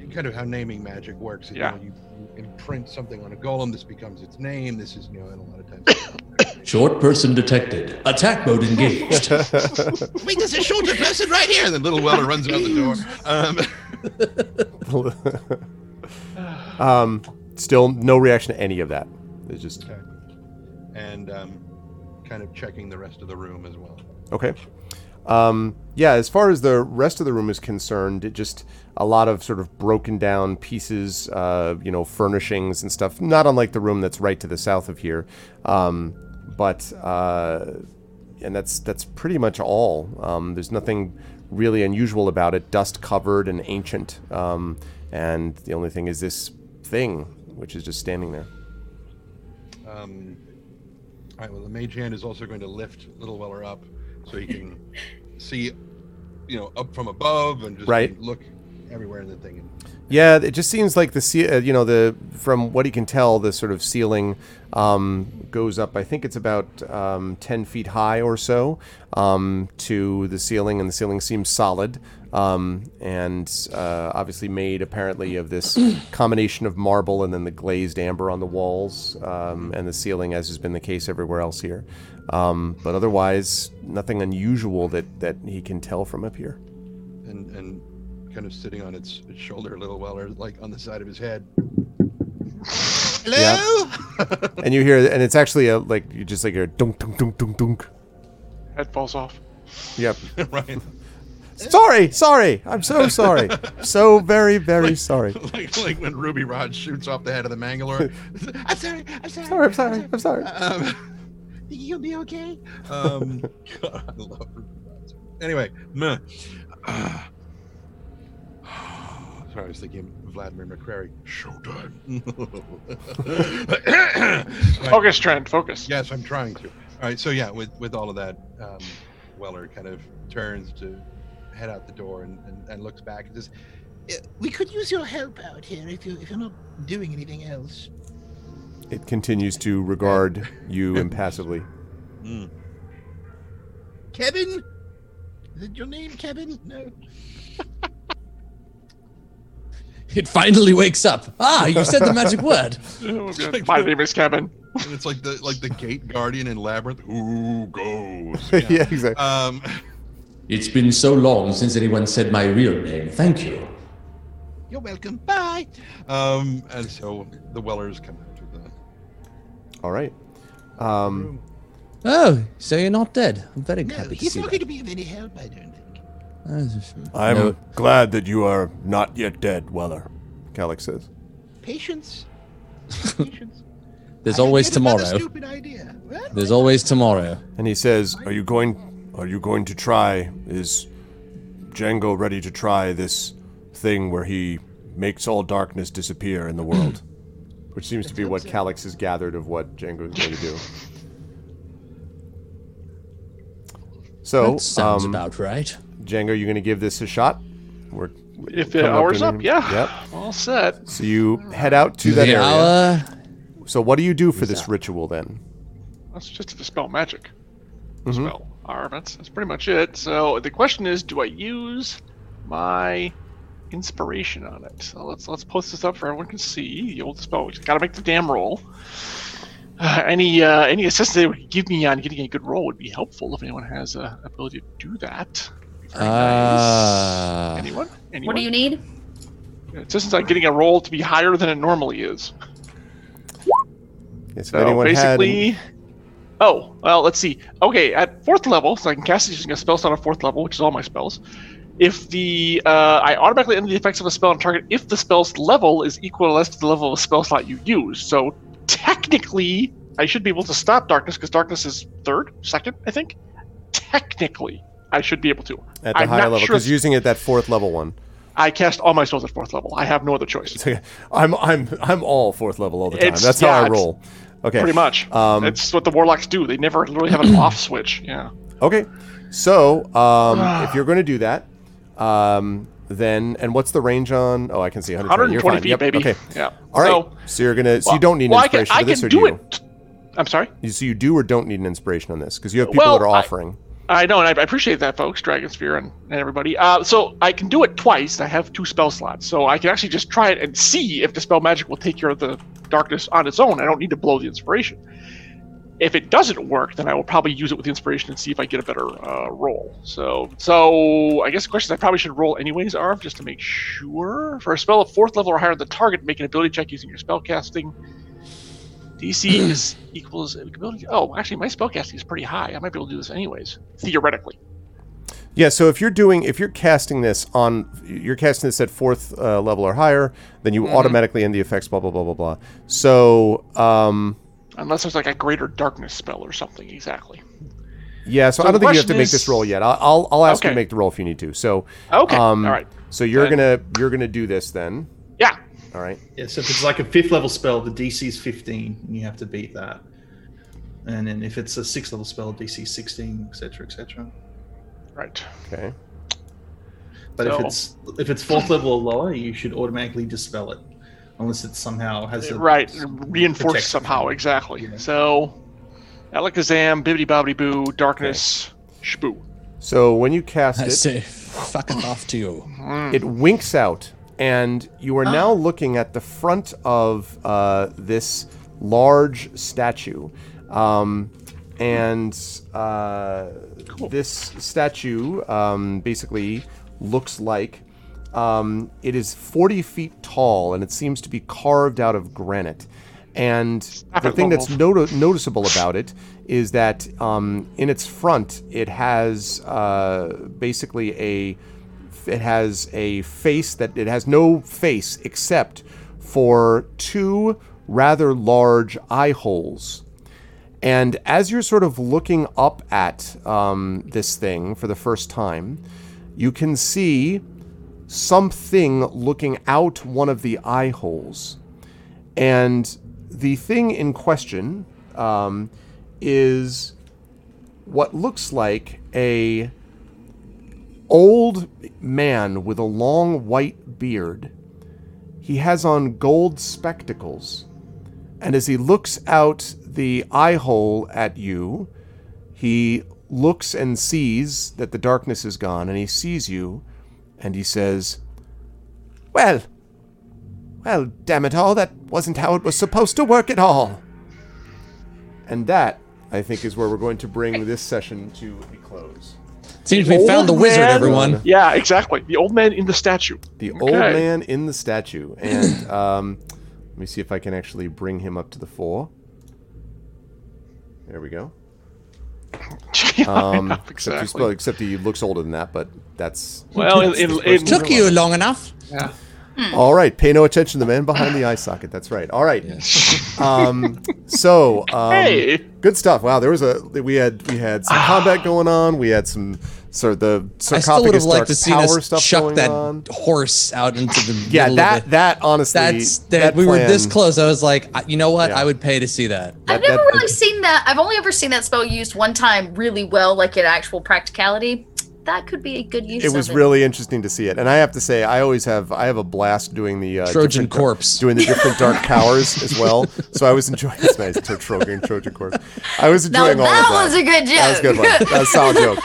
C: you kind of how naming magic works. You
E: Yeah.
C: know, you, you imprint something on a golem, this becomes its name. This is, you know, and a lot of times.
H: Short person detected. Attack mode engaged.
C: Wait, there's a shorter person right here. (laughs) And then little Weller runs out the (laughs) door. Um,
A: (laughs) um, still no reaction to any of that. It's just
C: and um, kind of checking the rest of the room as well.
A: Okay. Um, yeah, as far as the rest of the room is concerned, it just a lot of sort of broken down pieces, uh, you know, furnishings and stuff. Not unlike the room that's right to the south of here, um, but uh, and that's that's pretty much all. Um, there's nothing really unusual about it. Dust covered and ancient, um, and the only thing is this thing, which is just standing there.
C: Um, all right. Well, the mage hand is also going to lift Little Weller up so he can see, you know, up from above and just
A: Right.
C: look everywhere in the thing. And
A: Yeah, it just seems like the ce- uh, you know the from what he can tell the sort of ceiling um, goes up. I think it's about um, ten feet high or so um, to the ceiling, and the ceiling seems solid um, and uh, obviously made apparently of this combination of marble and then the glazed amber on the walls um, and the ceiling, as has been the case everywhere else here. Um, but otherwise, nothing unusual that that he can tell from up here.
C: and, and kind of sitting on its, its shoulder, Little Weller, like on the side of his head. (laughs)
G: Hello?
A: and you hear and it's actually a like you just like hear dunk dunk dunk dunk dunk
E: Head falls off.
A: yep
C: right. (laughs)
A: sorry sorry i'm so sorry so very very sorry
C: like like when Ruby Rod shoots off the head of the
A: (laughs)
C: Mangalore.
G: I'm sorry. I'm sorry.
A: sorry i'm sorry i'm sorry
C: um,
G: You'll be okay.
C: um, (laughs) God, I love Ruby Rod. Anyway, meh. (sighs) sorry, I was thinking of Vladimir McCrary. Showtime. Right.
E: Focus, Trent. Focus.
C: Yes, I'm trying to. All right, so yeah, with with all of that, um, Weller kind of turns to head out the door and, and, and looks back and says,
G: Uh, We could use your help out here if you if you're not doing anything else.
A: it continues to regard you impassively (laughs)
C: "Hmm,
G: Kevin? Is it your name, Kevin? No.
D: (laughs) It finally wakes up. Ah, you said
H: (laughs)
D: the magic word.
E: Oh, God. My name is Kevin.
C: and it's like the like the gate guardian in labyrinth who goes
A: yeah, exactly
C: um
H: It's been so long since anyone said my real name. Thank you.
G: You're welcome. Bye.
C: um and so the wellers come out of the
A: all right um
D: Oh, so you're not dead. I'm very
G: No,
D: happy to
G: he's
D: see
G: not
D: that.
G: going to be of any help, I don't think.
A: i'm
D: No.
A: glad that you are not yet dead weller Calix says
D: (laughs)
G: Patience. Patience.
D: There's
G: I had
D: always
G: yet another
D: tomorrow.
G: Stupid idea. Well,
D: There's always tomorrow.
A: and he says are you going are you going to try is django ready to try this thing where he makes all darkness disappear
D: (clears throat)
A: in the world which seems to be what Calix has gathered of what Django is going to do. So,
D: that sounds
A: um,
D: about right.
A: Django, you going to give this a shot? We're
E: If
A: coming
E: the hour's
A: to an-
E: up, yeah.
A: Yep.
E: All set.
A: So you head out to that
D: The
A: area.
D: hour.
A: So what do you do for this ritual then?
E: That's just to dispel magic. Spell. Alright, that's, that's pretty much it. So the question is, do I use my inspiration on it? So let's let's post this up for everyone can see. The old spell. Gotta make the damn roll. (sighs) Uh, any uh, any assistance they would give me on getting a good roll would be helpful if anyone has uh, ability to do that. Very
D: Ah.
E: nice. Anyone? Anyone?
F: What do you need?
E: Assistance on getting a roll to be higher than it normally is.
A: Yes, if
E: So
A: anyone had-
E: basically, oh well, let's see. Okay, at fourth level, so I can cast it using a spell slot at fourth level, which is all my spells. If the uh, I automatically end the effects of a spell on target if the spell's level is equal or less to the level of a spell slot you use. So technically, I should be able to stop darkness because darkness is third, second, I think. Technically, I should be able to.
A: at the
E: I'm
A: higher
E: not
A: level
E: sure
A: because
E: if-
A: using it that fourth level one.
E: I cast all my spells at fourth level. I have no other choice.
A: I'm I'm I'm all fourth level all the time.
E: It's-
A: That's
E: yeah,
A: how I
E: it's-
A: roll. Okay.
E: Pretty much.
A: Um,
E: That's what the warlocks do. They never really have
A: (clears throat)
E: an off switch. Yeah.
A: Okay. So, um,
E: (sighs)
A: if you're going to do that, um, then and what's the range on? Oh, I can see 120.
E: 120
A: You're fine.
E: feet,
A: Yep.
E: baby.
A: Okay.
E: Yeah.
A: All right.
E: So,
A: So, you're gonna. So
E: well-
A: you don't need an
E: well, I can-
A: inspiration
E: I
A: for this,
E: can
A: or do
E: do
A: you?
E: it. I'm sorry.
A: you? So you do or don't need an inspiration on this because you have people
E: Well,
A: that are
E: I-
A: offering.
E: I know, and I I appreciate that, folks, Dragon Sphere and, and everybody. Uh, so I can do it twice. I have two spell slots, so I can actually just try it and see if the spell magic will take care of the darkness on its own. I don't need to blow the inspiration. If it doesn't work, then I will probably use it with the inspiration and see if I get a better uh, roll. So, so I guess the questions I probably should roll anyways, Arv, just to make sure. For a spell of fourth level or higher, the target make an ability check using your spell casting. DC is equals ability. Oh, actually, my spellcasting is pretty high. I might be able to do this anyways, theoretically.
A: Yeah, so if you're doing, if you're casting this on, you're casting this at fourth uh, level or higher, then you
E: Mm-hmm.
A: automatically end the effects, blah, blah, blah, blah, blah. So, um,
E: Unless there's like a greater darkness spell or something. Exactly.
A: yeah, so,
E: So
A: I don't
E: the
A: think you have to
E: question
A: make this
E: is-
A: roll yet. I'll, I'll, I'll ask you to
E: Okay.
A: make the roll if you need to. So,
E: Okay.
A: um,
E: All right.
A: So you're
E: Then-
A: gonna, you're gonna do this then.
E: Yeah.
A: All right.
B: Yeah, so if it's like a fifth level spell, the DC is 15, and you have to beat that. And then if it's a sixth level spell, DC is 16, etc., etc.
E: Right.
A: Okay.
B: But if
E: So-
B: it's if it's fourth level or lower, you should automatically dispel it, unless it somehow has a
E: Right. Reinforced
B: protection.
E: somehow. Exactly.
B: Yeah.
E: So, Alakazam, Bibbidi Bobbidi Boo, Darkness, Shboo.
A: So when you cast
D: I
A: it,
D: say, fuck it off to you.
A: it winks out, and you are now looking at the front of uh, this large statue. Um, and uh, this statue um, basically looks like um, it is 40 feet tall, and it seems to be carved out of granite. And the
E: it,
A: thing
E: Lone
A: that's
E: Wolf.
A: noti- noticeable about it is that um, in its front, it has uh, basically a it has a face that it has no face except for two rather large eye holes. And as you're sort of looking up at um, this thing for the first time, you can see something looking out one of the eye holes. And the thing in question um, is what looks like a old man with a long white beard. He has on gold spectacles. And as he looks out the eye hole at you, he looks and sees that the darkness is gone, and he sees you, and he says, Well, well, damn it all, that wasn't how it was supposed to work at all. And that, I think, is where we're going to bring this session to a close.
D: Seems we found the
E: Old
D: wizard,
E: man.
D: everyone.
E: Yeah, exactly. The old man in the statue.
A: The
E: Okay.
A: old man in the statue.
E: (clears throat)
A: And um, let me see if I can actually bring him up to the fore. There we go.
E: (laughs) Yeah, I
A: Um,
E: know,
A: except,
E: exactly.
A: he's- well, except he looks older than that, but that's
E: well, in, in, in,
D: Took you long enough.
E: yeah.
A: all right. Pay no attention to the man behind the eye socket. That's right. All right.
E: (laughs)
A: Um, so um,
E: Hey. Ah.
A: good stuff. Wow, there was a we had we had some combat going on. We had some sort of the
D: I still would have
A: sarcophagus
D: liked
A: dark
D: to see
A: power
D: us
A: stuff
D: chuck
A: going
D: that
A: on.
D: horse out into the
A: Yeah,
D: middle of
A: that
D: it.
A: that honestly
D: that's that, we were this
A: plan-
D: close. I was like, I- you know what?
A: Yeah.
D: I would pay to see that.
A: that-
F: I've never
A: that-
F: really seen that. I've only ever seen that spell used one time really well, like in actual practicality. That could be a good use.
A: it
F: of
A: was
F: it.
A: really interesting to see it and i have to say i always have i have a blast doing the uh,
D: Trojan
A: different dar-
D: corpse.
A: (laughs) doing the different dark powers as well so i was enjoying it's nice to trojan trojan corpse i was
F: Now
A: enjoying all
F: that
A: of that
F: was a good joke.
A: that was a good one that was a solid joke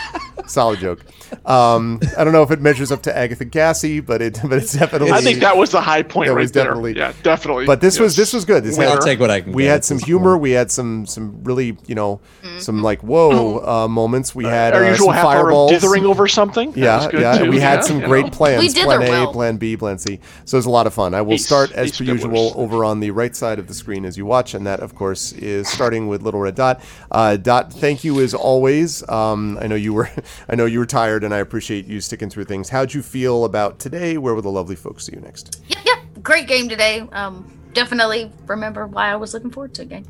A: solid joke um i don't know if it measures up to agatha gassy but it but it's definitely
E: I think that was the high point
A: That
E: right
A: was
E: there.
A: definitely-
E: yeah, definitely.
A: but this was
E: Yes.
A: this was good this
D: I'll
A: had,
D: take what I can.
A: we
D: get
A: had
D: at
A: some
D: this
A: humor.
D: point.
A: We had some some really you know some like whoa uh, moments. We had
E: Mm-hmm. Oh. our
A: uh,
E: usual
A: some
E: half hour of
A: fireballs.
E: dithering over something. That was
A: Yeah,
E: good
A: yeah.
E: too,
A: we had
E: yeah,
A: some
E: you
A: great
E: know.
A: plans.
F: We did
A: plan
F: our
A: A,
F: well.
A: plan B, plan C. So it was a lot of fun. I will
E: Ace-
A: start as
E: ace
A: per
E: good
A: usual
E: words.
A: over on the right side of the screen as you watch, and that of course is starting with Little Red Dot. Uh, Dot, thank you as always. Um, I know you were, (laughs) I know you were tired, and I appreciate you sticking through things. How'd you feel about today? Where will the lovely folks see you
E: (laughs)
A: next? (laughs)
F: yeah, yeah, great game today. Um, definitely remember why I was looking forward to a game.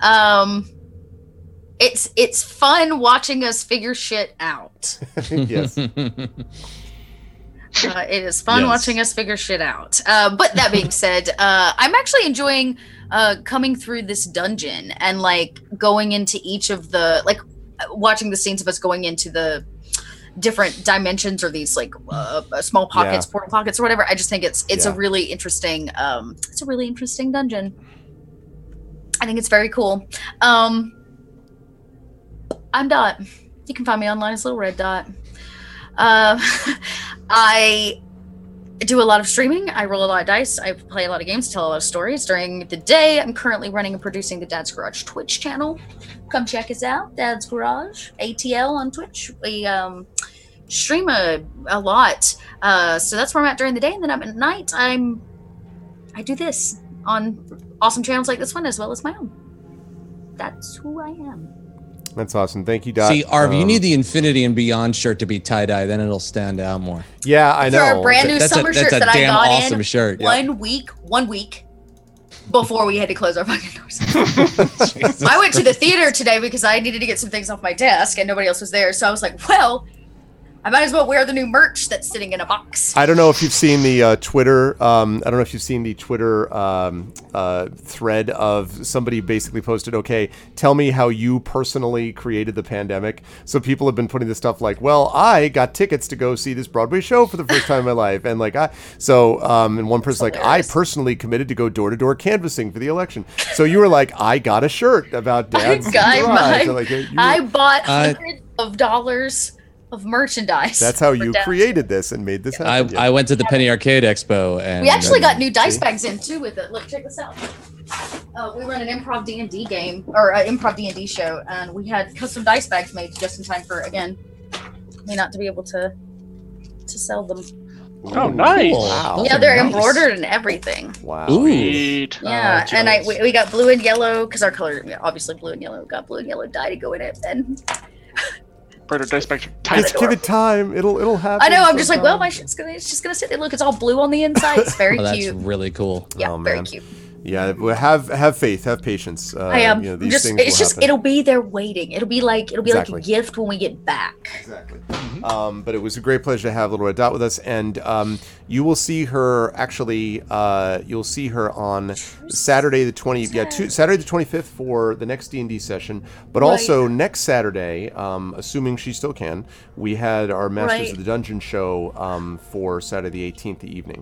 F: Um, it's it's fun watching us figure shit out.
A: yes.
D: (laughs)
F: Uh, it is fun
G: Yes.
F: watching us figure shit out. Uh, but that being said, uh, I'm actually enjoying uh, coming through this dungeon and like going into each of the like uh, watching the scenes of us going into the different dimensions or these like uh, uh, small pockets, portal pockets, or whatever. I just think it's it's
A: Yeah.
F: a really interesting um, it's a really interesting dungeon. I think it's very cool. Um, I'm Dot. You can find me online as Little Red Dot. Uh, (laughs) I do a lot of streaming. I roll a lot of dice. I play a lot of games, tell a lot of stories. During the day, I'm currently running and producing the Dad's Garage Twitch channel. Come check us out, Dad's Garage ATL on Twitch. We um, stream a, a lot, uh, so that's where I'm at during the day. And then I'm at night. I'm I do this on awesome channels like this one as well as my own. That's who I am.
A: That's awesome. Thank you, Doc.
D: See, Arv, you
A: Um,
D: need the Infinity and Beyond shirt to be tie dye, then it'll stand out more.
A: Yeah, I
F: For
A: know.
F: our brand new
D: That's
F: summer
D: a, that's
F: shirt
D: a
F: that I
D: damn
F: got
D: awesome
F: in
D: shirt.
F: one week, one week before we had to close our fucking
A: (laughs)
F: doors. I went to the theater today because I needed to get some things off my desk and nobody else was there. So I was like, well, I might as well wear the new merch that's sitting in a box.
A: I don't know if you've seen the uh, Twitter. Um, I don't know if you've seen the Twitter um, uh, thread of somebody basically posted, "Okay, tell me how you personally created the pandemic." So people have been putting this stuff like, "Well, I got tickets to go see this Broadway show for the first time in my life," and like, I so um, and one person like, "I
F: hilarious.
A: personally committed to go door to door canvassing for the election." So you were like, "I got a shirt about
F: (laughs) I
A: Dad's
F: got
A: garage." So,
F: mine.
A: like, you were-
F: I bought
D: I-
F: hundreds of dollars of merchandise.
A: that's how
F: for
A: you
F: Dad's.
A: created this and
F: (laughs)
A: made this
D: I,
A: happen. yeah.
D: I went to the Penny Arcade Expo and
F: We actually got new dice
A: See?
F: bags in too with it. Look, check this out. Uh, we run an improv D and D game or an improv D and D show, and we had custom dice bags made just in time for again me not to be able to to sell them.
E: Oh, nice.
A: Wow.
D: Those
F: yeah,
D: are
F: they're
D: nice.
F: embroidered and everything.
A: Wow.
D: Ooh.
E: Sweet.
F: Yeah,
A: Oh,
F: and I
A: jealous.
F: we, we got blue and yellow because our color obviously blue and yellow got blue and yellow dye to go in it. And
E: Brighter dice back. Tight.
A: Just give it time. It'll it'll happen.
F: I know I'm just like, well,
A: sometime.
F: my shit's gonna it's just gonna sit there. Look, it's all blue on the inside. It's very
D: (laughs) Oh, that's
F: cute.
D: really cool.
F: Yeah,
A: Oh,
F: very
A: man.
F: cute.
A: yeah. well, Have have faith. Have patience. Uh,
F: I am
A: You know,
F: I'm
A: these
F: just.
A: things
F: It's
A: will
F: just.
A: happen.
F: It'll be there waiting. It'll be like. It'll be
A: Exactly.
F: like a gift when we get back.
A: Exactly. Um, but it was a great pleasure to have Little Red Dot with us, and um, you will see her actually. Uh, you'll see her on Saturday the twenty. Yeah, two, Saturday the twenty fifth for the next D and D session. But
F: Right.
A: also next Saturday, um, assuming she still can, we had our Masters
F: Right.
A: of the Dungeon show um, for Saturday the eighteenth the evening.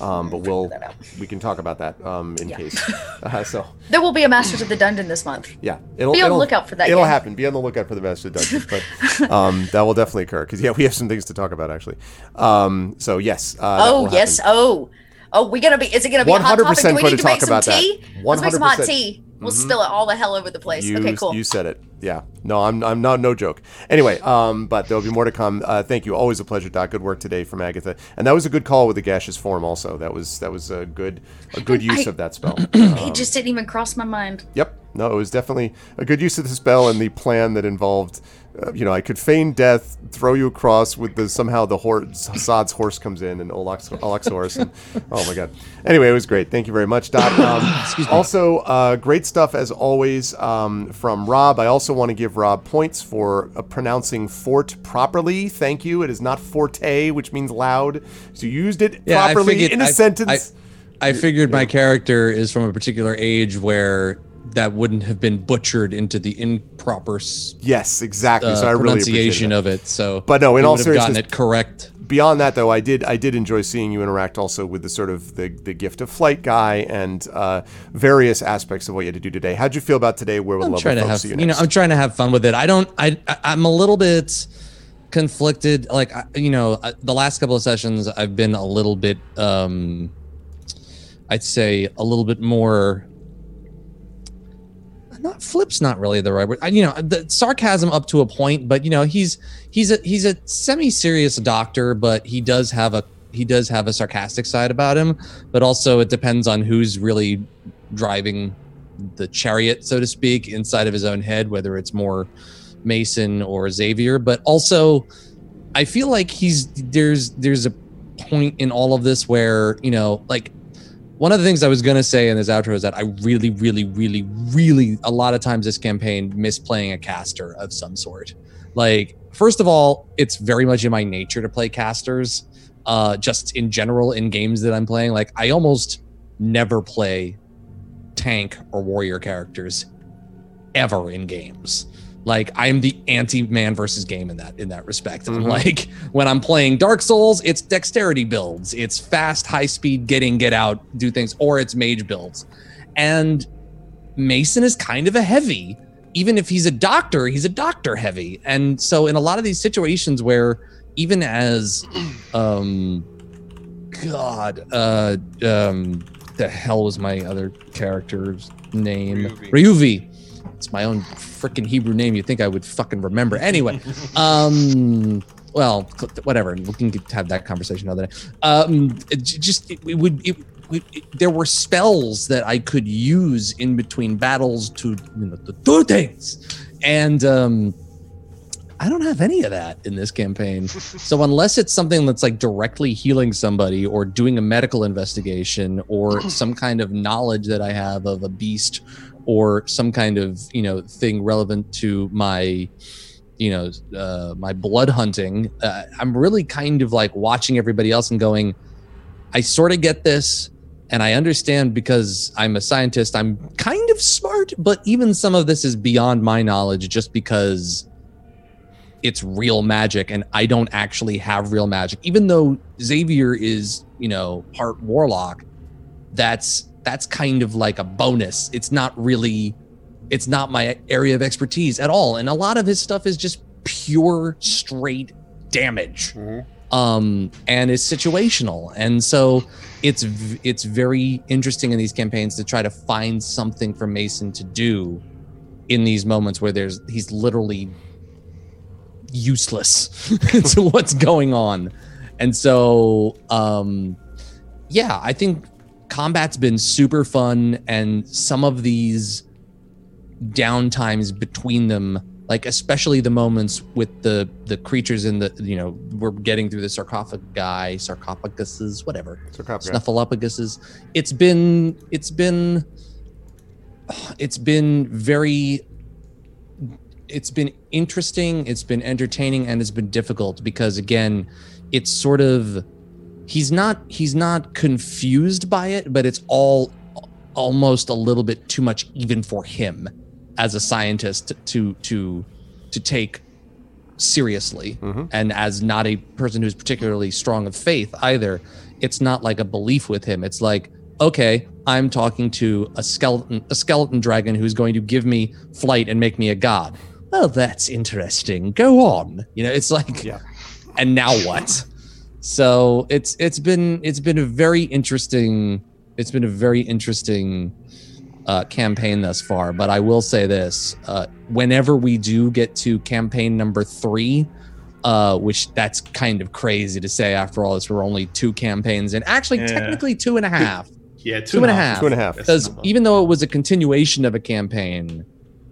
A: Um, but we'll
F: Mm-hmm. that out.
A: we can talk about that um, in
F: Yeah. (laughs)
A: case. Uh, so.
F: There will be a Masters of the Dungeon this month.
A: Yeah, it'll
F: Be on the
A: it'll-
F: lookout for that
A: It'll
F: game.
A: happen. Be on the lookout for the Master Dungeon,
F: (laughs)
A: but um, that will definitely occur because yeah, we have some things to talk about actually. Um, so yes. Uh, that
F: oh
A: will
F: yes.
A: happen.
F: Oh. Oh, we gonna be. Is it gonna be a hot topic?
A: 100%
F: Do we
A: going
F: need
A: to
F: to make
A: talk
F: some
A: about that.
F: tea? Let's make some hot
A: 100%.
F: tea. We'll spill it all the hell over the place.
A: Mm-hmm. You,
F: okay, cool.
A: you said it. Yeah. No, I'm, I'm not, no joke. Anyway, um, but there'll be more to come. Uh, thank you. Always a pleasure, Doc. Good work today from Agatha. And that was a good call with the gaseous form also. That was, that was a good, a good use
F: I-
A: of that
F: (clears throat)
A: spell.
F: it just didn't even cross my mind.
A: Yep. No, it was definitely a good use of the spell and the plan that involved, uh, you know, I could feign death, throw you across with the somehow the horse, Hassad's horse comes in and Olak's, Olak's horse. And, (laughs) oh my God. Anyway, it was great. Thank you very
D: (coughs)
A: much, Doc. Um, also, uh, great stuff as always um, from Rob. I also want to give Rob points for uh, pronouncing fort properly. Thank you. It is not forte, which means loud. So you used it
D: Yeah, I
A: properly
D: figured-
A: in a
D: I-
A: sentence.
D: I, I figured my character is from a particular age where that wouldn't have been butchered into the improper s-
A: yes, exactly.
D: uh,
A: so I really appreciate
D: pronunciation
A: it.
D: of it. So,
A: But no, in
D: we
A: all
D: would have gotten
A: seriousness-
D: it correct.
A: beyond that though i did i did enjoy seeing you interact also with the sort of the, the gift of flight guy and uh, various aspects of what you had to do today how'd you feel about today where would
D: I'm
A: love
D: trying to
A: folks
D: have
A: see
D: you,
A: you
D: know
A: next?
D: I'm trying to have fun with it. I don't I, I I'm a little bit conflicted. Like I, you know I, the last couple of sessions I've been a little bit um I'd say a little bit more not flip's not really the right word. I, you know the sarcasm up to a point, but you know he's he's a he's a semi-serious doctor, but he does have a he does have a sarcastic side about him. But also it depends on who's really driving the chariot, so to speak, inside of his own head, whether it's more Mason or Xavier. But also, I feel like he's there's there's a point in all of this where you know, like one of the things I was gonna say in this outro is that I really, really, really, really a lot of times this campaign misplaying a caster of some sort. Like, first of all, it's very much in my nature to play casters. Uh, just in general, in games that I'm playing, like I almost never play tank or warrior characters ever in games. Like I am the anti-man versus game in that in that respect.
A: Mhm.
D: (laughs) Like when I'm playing Dark Souls, it's dexterity builds, it's fast, high-speed, get in, get out, do things, or it's mage builds. And Mason is kind of a heavy even if he's a doctor, he's a doctor heavy. And so in a lot of these situations where even as um God, uh um the hell was my other character's name?
C: Ryuvi.
D: Ryuvi. It's my own freaking Hebrew name. You think I would fucking remember. Anyway, um well, cl- whatever. We can get- have that conversation another day. Um, it j- just it, it would it, we- it- there were spells that I could use in between battles to you know, to do things, and um, I don't have any of that in this campaign. so unless it's something that's like directly healing somebody or doing a medical investigation or some kind of knowledge that I have of a beast or some kind of you know thing relevant to my you know uh, my blood hunting, uh, I'm really kind of like watching everybody else and going, I sort of get this and I understand because I'm a scientist. I'm kind of smart, but even some of this is beyond my knowledge just because it's real magic and I don't actually have real magic. Even though Xavier is, you know, part warlock, that's that's kind of like a bonus. It's not really it's not my area of expertise at all and a lot of his stuff is just pure straight damage um, and is situational. And so it's v- it's very interesting in these campaigns to try to find something for Mason to do in these moments where there's he's literally useless (laughs) to what's going on. And so um yeah, I think combat's been super fun and some of these downtimes between them like especially the moments with the the creatures in the you know we're getting through the sarcophagi sarcophaguses whatever
A: So crap, yeah.
D: snuffleupaguses it's been it's been it's been very it's been interesting it's been entertaining and it's been difficult because again it's sort of he's not he's not confused by it but it's all almost a little bit too much even for him as a scientist to to to take seriously
A: Mhm.
D: and as not a person who's particularly strong of faith either it's not like a belief with him it's like okay i'm talking to a skeleton a skeleton dragon who's going to give me flight and make me a god well that's interesting go on you know it's like
A: Yeah.
D: and now what so it's it's been it's been a very interesting it's been a very interesting uh, campaign thus far. But I will say this: uh, whenever we do get to campaign number three, uh, which that's kind of crazy to say after all, this we're only two campaigns and actually
B: Yeah.
D: technically two and a half.
B: Yeah, two,
D: Two and a half.
A: Two and a half.
B: That's
D: Because
B: the number.
D: even though it was a continuation of a campaign,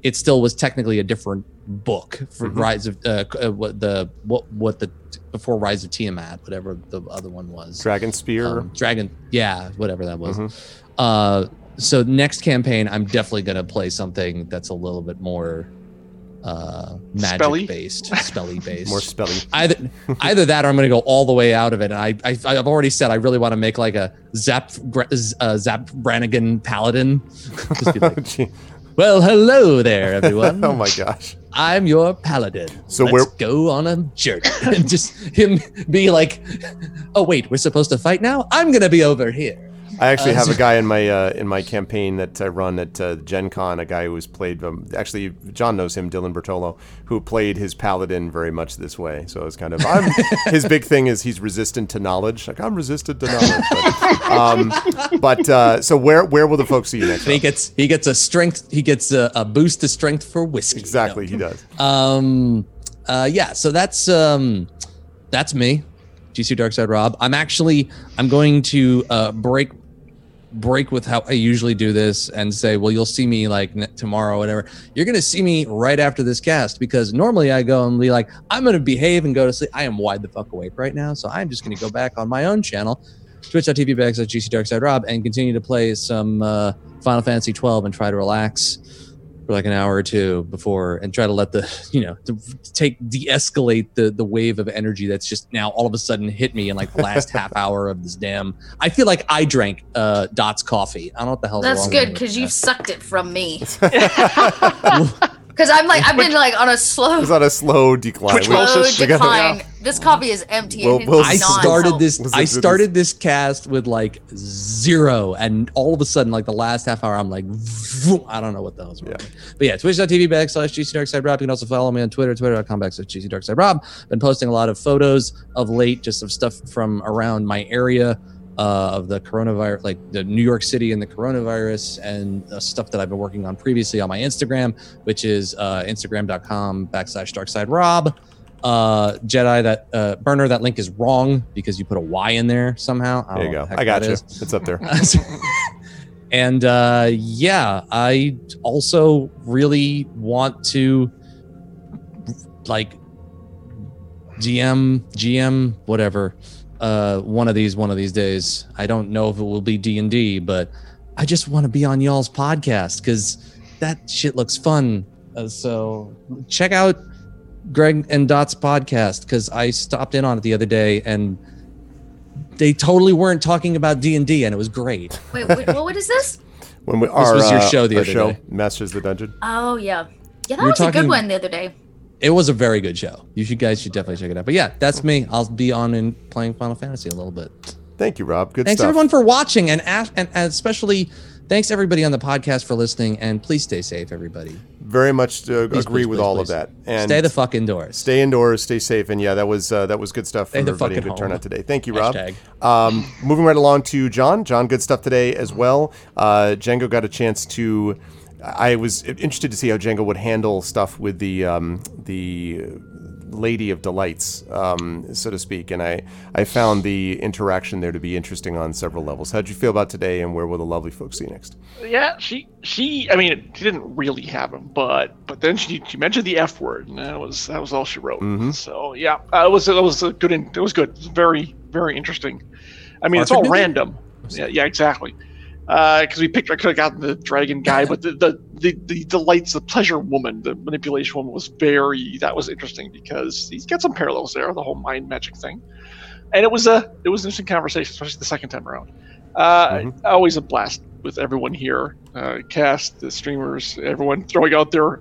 D: it still was technically a different book for
A: Mhm.
D: Rise of uh, uh, what the what what the before Rise of Tiamat, whatever the other one was.
A: Dragon spear.
D: Um, dragon yeah whatever that was uh so next campaign i'm definitely gonna play something that's a little bit more uh magic
E: Spelly?
D: based spelly based
A: More spelling. (laughs)
D: either either that or i'm gonna go all the way out of it and i, I i've already said i really want to make like a zap Gra- Z- uh, zap brannigan paladin (laughs) Just be like,
A: Oh, Gee.
D: well hello there everyone
A: (laughs) oh my gosh.
D: i'm your paladin
A: So
D: Let's
A: where-
D: go on a journey (laughs) and just him be like oh wait we're supposed to fight now i'm gonna be over here
A: I actually
D: Uh,
A: have a
D: so-
A: guy in my uh, in my campaign that I run at uh, Gen Con, a guy who was played um, actually John knows him, Dylan Bertolo, who played his paladin very much this way. So it's kind of I'm, his big thing is he's resistant to knowledge. Like I'm resistant to knowledge. But, um, but uh, so where where will the folks see you next?
D: And he
A: Rob?
D: gets he gets a strength he gets a, a boost to strength for whiskey.
A: Exactly, he does.
D: Um. Uh. Yeah. So that's um, that's me, GC Darkside Rob. I'm actually I'm going to uh break break with how I usually do this and say, well, you'll see me like n- tomorrow, whatever. You're gonna see me right after this cast because normally I go and be like, I'm gonna behave and go to sleep. I am wide the fuck awake right now, so I'm just gonna go back on my own channel. Twitch.tv backslash GC Darkside Rob and continue to play some uh, Final Fantasy 12 and try to relax for like an hour or two before and try to let the (laughs) you know to take de-escalate the the wave of energy that's just now all of a sudden hit me in like
F: (laughs)
D: the last half hour of this damn i feel like i drank uh dot's coffee i don't know what the hell
F: That's
D: wrong
F: good
D: with
F: because
D: me.
F: you've sucked it from
A: (laughs)
F: me. (laughs) Because I'm like I've been like on a slow,
A: It's on a slow decline.
D: Uh,
E: Twitch
A: We-
E: Well,
F: slow
E: it's just-
A: we got-
F: (laughs) decline This coffee is empty.
A: Well,
F: and
A: well,
F: it's
A: I
D: I
F: not
D: started
F: helped.
D: this.
A: Was
D: I
A: it-
D: started this cast with like zero, and all of a sudden, like the last half hour, I'm like, vroom, I don't know what the hell's wrong.
A: Yeah.
D: But yeah, twitch.tv backslash GC Dark Side Rob. You can also follow me on Twitter, twitter.com backslash GC Dark Side Rob. Been posting a lot of photos of late, just of stuff from around my area uh, of the coronavirus, like the New York City and the coronavirus, and uh, stuff that I've been working on previously on my Instagram, which is uh, instagram.com backslash Dark Side Rob. Uh, Jedi, that uh, burner, that link is wrong because you put a Y in there somehow. I
A: There
D: don't know
A: you go.
D: what the Oh, heck
A: I got
D: that
A: you.
D: is.
A: It's up there.
D: (laughs) and uh, yeah, I also really want to like DM, GM, whatever. Uh, one of these, one of these days. I don't know if it will be D and D, but I just want to be on y'all's podcast because that shit looks fun. Uh, so check out Greg and Dot's podcast because I stopped in on it the other day and they totally weren't talking about D and D, and it was great.
F: Wait, wait, what, what is this?
D: (laughs)
A: When we our,
D: was your
A: uh,
D: show the
A: our
D: other
A: show,
D: day.
A: Masters of the Dungeon.
F: Oh yeah, yeah, that
D: You're
F: was a
D: talking-
F: good one the other day.
D: It was a very good show. You should guys should definitely check it out. But yeah, that's me. I'll be on and playing Final Fantasy a little bit.
A: Thank you, Rob. Good
D: Thanks
A: stuff.
D: everyone for watching, and, af- and and especially thanks everybody on the podcast for listening. And please stay safe, everybody.
A: Very much uh,
D: Please,
A: agree
D: please,
A: with
D: please,
A: all
D: please.
A: of that. And
D: stay the fuck indoors.
A: stay indoors, stay safe, and yeah, that was uh, that was good stuff.
D: Stay
A: from
D: the
A: everybody.
D: fucking
A: Good
D: home.
A: turnout today. Thank you, Rob.
D: Hashtag.
A: Um, moving right along to John. John, good stuff today as well. Uh, Django got a chance to. I was interested to see how Django would handle stuff with the um, the Lady of Delights, um, so to speak, and I I found the interaction there to be interesting on several levels. How'd you feel about today, and where will the lovely folks see you next?
E: Yeah, she she. I mean, she didn't really have him, but but then she she mentioned the F word, and that was that was all she wrote.
A: Mhm.
E: So yeah, uh, it was it was a good. in- It was good. It was very very interesting. I mean, it's all
D: Arthur Miller?
E: random. Yeah, yeah, exactly. Because we picked, I could have gotten the dragon guy, but the the, the the delights, the pleasure woman, the manipulation woman was very. That was interesting because he's got some parallels there, the whole mind magic thing, and it was a it was an interesting conversation, especially the second time around. Uh,
A: Mhm.
E: Always a blast with everyone here, uh, cast the streamers, everyone throwing out their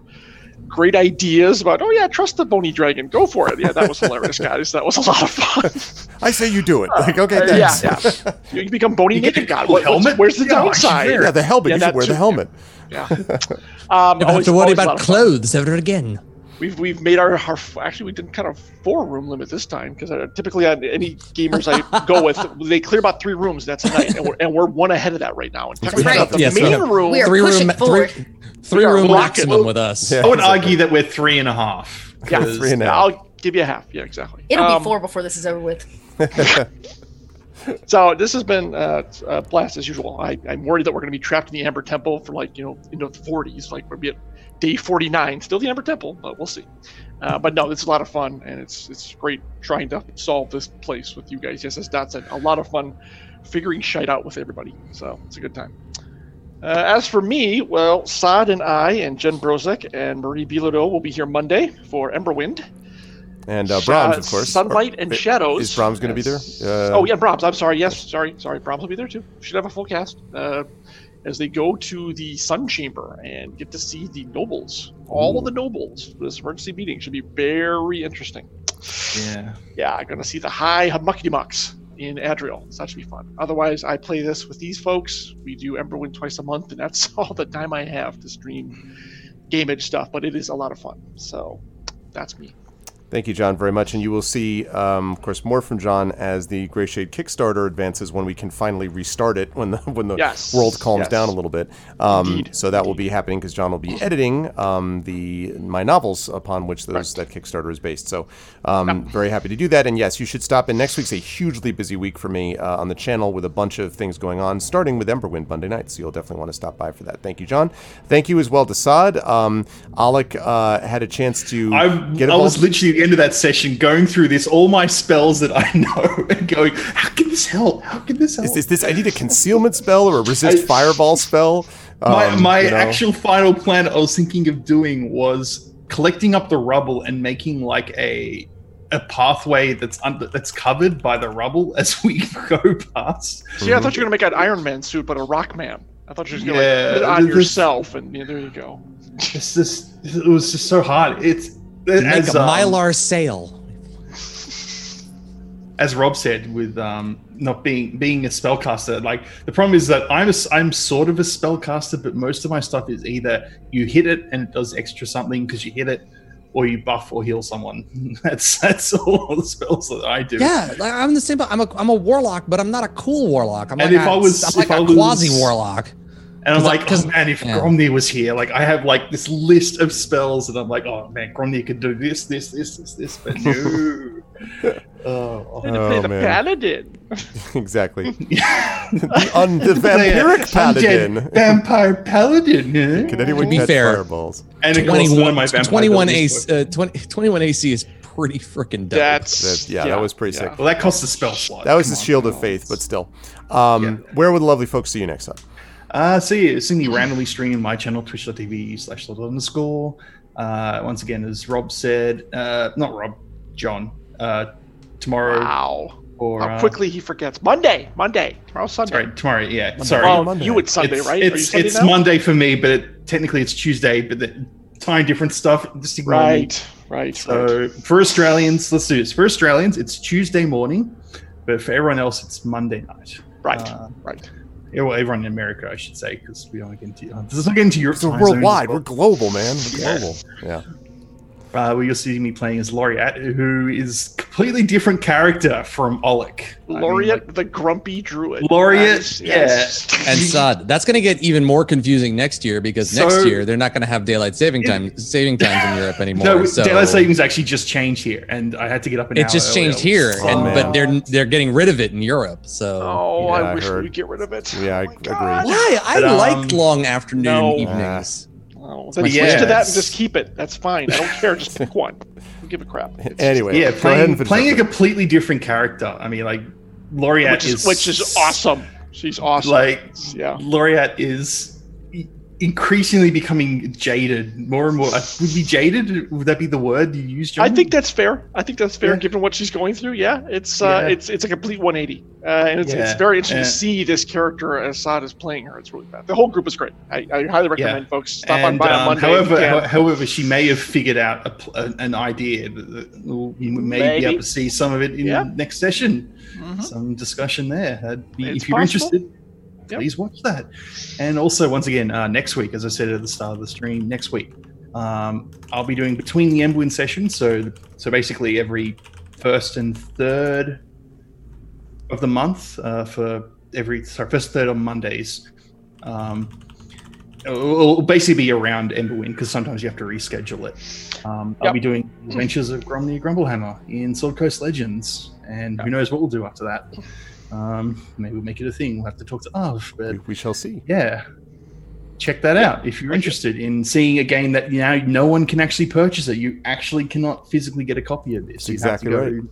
E: great ideas about. Oh yeah, trust the bony dragon, go for it. Yeah, that was hilarious, guys. That was a lot of fun. (laughs)
A: I say you do it. Like okay,
E: Uh, yeah,
A: thanks. (laughs)
E: yeah. You can become bony
B: You get the
E: naked god.
B: cool
E: What, what's-
B: helmet?
E: where's the
B: Yeah, I should
E: downside?
B: wear
A: Yeah, the helmet.
E: Yeah,
A: you should
E: that
A: wear the
E: too.
A: helmet.
E: Yeah. Um,
D: Never have
E: always,
D: to worry
E: always a lot
D: about
E: of fun.
D: clothes ever again.
E: We've we've made our, our actually we did kind of four room limit this time because typically on any gamers I go with they clear about three rooms that's a night and we're, and we're one ahead of that right now. And
F: That's
E: we have
F: right.
E: The
D: Yes, we
E: main
D: have.
E: room.
F: We are pushing forward.
D: three, three
E: We are
D: room
E: rocking.
D: maximum with us.
A: Yeah.
B: I would argue that we're three and a half.
E: Yeah,
B: 'cause-
A: Three and a half.
E: I'll give you a half. Yeah, exactly.
F: It'll
E: Um,
F: be four before this is over with.
E: So this has been uh, a blast as usual. I, I'm worried that we're going to be trapped in the Amber Temple for like you know into the 40s, like we'll be at day 49, still the Amber Temple, but we'll see. Uh, but no, it's a lot of fun, and it's it's great trying to solve this place with you guys. Yes, as Dot said, a lot of fun figuring shit out with everybody. So it's a good time. Uh, as for me, well, Saad and I and Jen Brozek and Marie Bilodeau will be here Monday for Emberwind.
A: And uh,
E: Sha-
A: Brahms, of course.
E: Sunlight and
A: Wait,
E: Shadows.
A: Is Brahms going to be there?
E: Yes.
A: Uh,
E: oh yeah, Brahms. I'm sorry. Yes, sorry, sorry. Brahms will be there too. Should have a full cast uh, as they go to the Sun Chamber and get to see the nobles. All of the nobles. This emergency meeting should be very interesting.
B: Yeah.
E: Yeah, I'm gonna see the high muckety mucks in Adriel. So that should be fun. Otherwise, I play this with these folks. We do Emberwind twice a month, and that's (laughs) all the time I have to stream game edge stuff. But it is a lot of fun. So that's me.
A: Thank you, John, very much. And you will see, um, of course, more from John as the Grey Shade Kickstarter advances when we can finally restart it when the (laughs) when the
E: Yes,
A: world calms
E: yes.
A: down a little bit. Um,
E: Indeed,
A: so that will be happening because John will be editing um, the my novels upon which those that Kickstarter is based. So um, very happy to do that. And yes, you should stop in. Next week's a hugely busy week for me uh, on the channel with a bunch of things going on, starting with Emberwind Monday night. So you'll definitely want to stop by for that. Thank you, John. Thank you as well to Saad. Um, Alec uh, had a chance to
B: I,
A: get
B: I
A: involved.
B: was literally at the end of that session going through this, all my spells that I (laughs) know, and going, how can this help? How can this help?
A: Is, is this? I need a concealment spell or a resist
B: I-
A: fireball spell.
B: my
A: Um,
B: my
A: you know.
B: actual final plan I was thinking of doing was collecting up the rubble and making like a a pathway that's under that's covered by the rubble (laughs) as we go past.
E: See, I thought you were gonna make an Iron Man suit, but a Rock Man. I thought you were just gonna
B: Yeah,
E: like, put it
B: (laughs)
E: on
B: this-
E: yourself, and yeah, there you go.
B: It's just it was just so hard. It's
D: Make
B: as,
D: a
B: um,
D: mylar sail.
B: as Rob said, with um, not being being a spellcaster, like the problem is that I'm a, s- I'm sort of a spellcaster, but most of my stuff is either you hit it and it does extra something because you hit it, or you buff or heal someone. (laughs) That's that's all the spells that I do.
H: Yeah, like, I'm the same. but I'm a I'm a warlock, but I'm not a cool warlock. I'm
B: And
H: like
B: if
H: a,
B: I was-
H: am like
B: if I
H: a
B: was-
H: quasi warlock.
B: And I'm
H: 'Cause I-
B: like,
H: 'cause-
B: oh man, if
H: yeah.
B: Gromnir was here, like I have like this list of spells, and I'm like, oh man, Gromnir could do this, this, this, this, this, but
A: (laughs)
B: no. oh,
E: to play
A: (laughs) Oh,
E: the
A: man.
E: paladin.
A: (laughs)
B: (laughs)
A: exactly.
B: oh.
A: The, un- the vampiric
B: Undead
A: paladin.
B: vampire paladin. eh?
A: Can anyone
H: To be
A: catch
H: fair,
A: fireballs?
B: And of course,
H: 21,
B: one of my vampire
H: 21
B: abilities
H: AC, uh, 20, 21 AC is pretty freaking dope.
E: That's,
A: That- yeah, that was pretty sick.
B: Well, that costs a spell slot.
A: That was
B: Come
A: the
B: on.
A: shield of faith, but still. Um, Where will the lovely folks see you next time?
B: Uh, so yeah, it's in the randomly streaming my channel, twitch.tv slash little underscore. Uh, once again, as Rob said, uh, not Rob, John, uh, tomorrow
E: Wow.
B: or
E: How
B: uh,
E: quickly he forgets. Monday. Monday. Tomorrow's Sunday.
B: Sorry, tomorrow. Yeah, sorry.
E: Oh,
A: Monday.
E: you would Sunday,
B: it's,
E: right? Are you
B: It's
E: Sunday
B: it's
E: now?
B: Monday for me, but it, technically it's Tuesday. But the time difference stuff. Just ignore me.
E: Right. Right. right.
B: So for Australians, let's do this. For Australians, it's Tuesday morning, but for everyone else, it's Monday night.
E: Right.
B: Uh,
E: right.
B: yeah, well, everyone in America, I should say, because we don't get into uh, this is not get into Europe.
A: So
B: time
A: worldwide, we're
B: zones,
A: global, man. We're global. Yeah.
B: uh, where you'll see me playing as Laureate, who is completely different character from Oleg. I mean,
E: Laureate, the grumpy druid.
B: Laureate,
E: Nice,
B: yeah.
H: And Sod, that's going to get even more confusing next year because
B: So-
H: next year they're not going to have daylight saving time saving times in Europe anymore.
B: no,
H: so
B: daylight savings actually just changed here, and I had to get up an
H: it just
B: hour
H: changed
B: early.
H: here, and
A: Oh,
H: but they're they're getting rid of it in Europe. So
E: Oh,
A: Yeah,
E: I
A: I
E: wish
A: heard.
E: we would get rid of it. Oh
A: Yeah, I
E: my
A: agree.
E: God.
H: why? I
B: But, um,
H: like long afternoon
E: no.
H: evenings.
D: Ah.
E: Oh, then
H: my
E: switch to that and
B: yes.
E: just keep it. That's fine. I don't care.
A: (laughs)
E: Just pick one. Don't give a crap. It's-
A: Anyway,
B: Yeah,
A: go ahead
B: playing,
A: and finish
B: playing a
A: up.
B: completely different character. I mean, like Laureate
E: which is, which is awesome. She's awesome.
B: Like
E: yeah.
B: Laureate is i- increasingly becoming jaded, more and more. uh, Would be jaded? Would that be the word you use? John?
E: I think that's fair. I think that's fair
B: Yeah.
E: given what she's going through. Yeah, it's uh,
B: Yeah.
E: it's it's a complete 180, uh, and it's, it's
B: Yeah.
E: very interesting
B: Yeah.
E: to see this character as Assad is playing her. It's really bad. The whole group is great. I, I highly recommend folks stop on
B: And,
E: by on
B: um,
E: Monday.
B: However,
E: if you
B: ho-
E: can.
B: however, she may have figured out a, pl- a- an idea that, that we'll- we may
E: Maybe.
B: be able to see some of it in
E: Yeah.
B: the next session.
G: Mm-hmm.
E: Mhm.
B: Some discussion there. That'd be,
E: It's
B: if you're
E: possible.
B: interested,
E: Yep.
B: please watch that. And also, once again, uh, next week, as I said at the start of the stream, next week, um, I'll be doing between the Emblem sessions. So, so basically, every first and third of the month uh, for every sorry, first third on Mondays. Um, it'll it'll basically be around Emberwind because sometimes you have to reschedule it. Um, I'll
E: Yep.
B: be doing Adventures of Gromnir Grumblehammer in Sword Coast Legends, and who knows what we'll do after that. Um, maybe we'll make it a thing. We'll have to talk to Arv, but
A: We, we shall see.
B: yeah, check that out if you're interested in seeing a game that now no one can actually purchase it. You actually cannot physically get a copy of this. You
A: Exactly
B: have to go to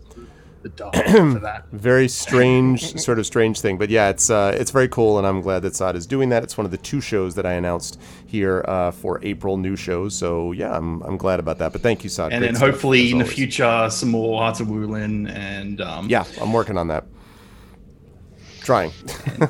B: the dark for that.
A: Very strange, sort of strange thing, but yeah, it's uh, it's very cool, and I'm glad that Sod is doing that. It's one of the two shows that I announced here uh, for April new shows, so yeah, I'm, I'm glad about that. But thank you, Sod.
B: and
A: Great
B: then
A: stuff,
B: hopefully
A: as
B: in the
A: always.
B: future some more Hearts of Wulin and um,
A: Yeah, I'm working on that.
B: (laughs)
A: Trying.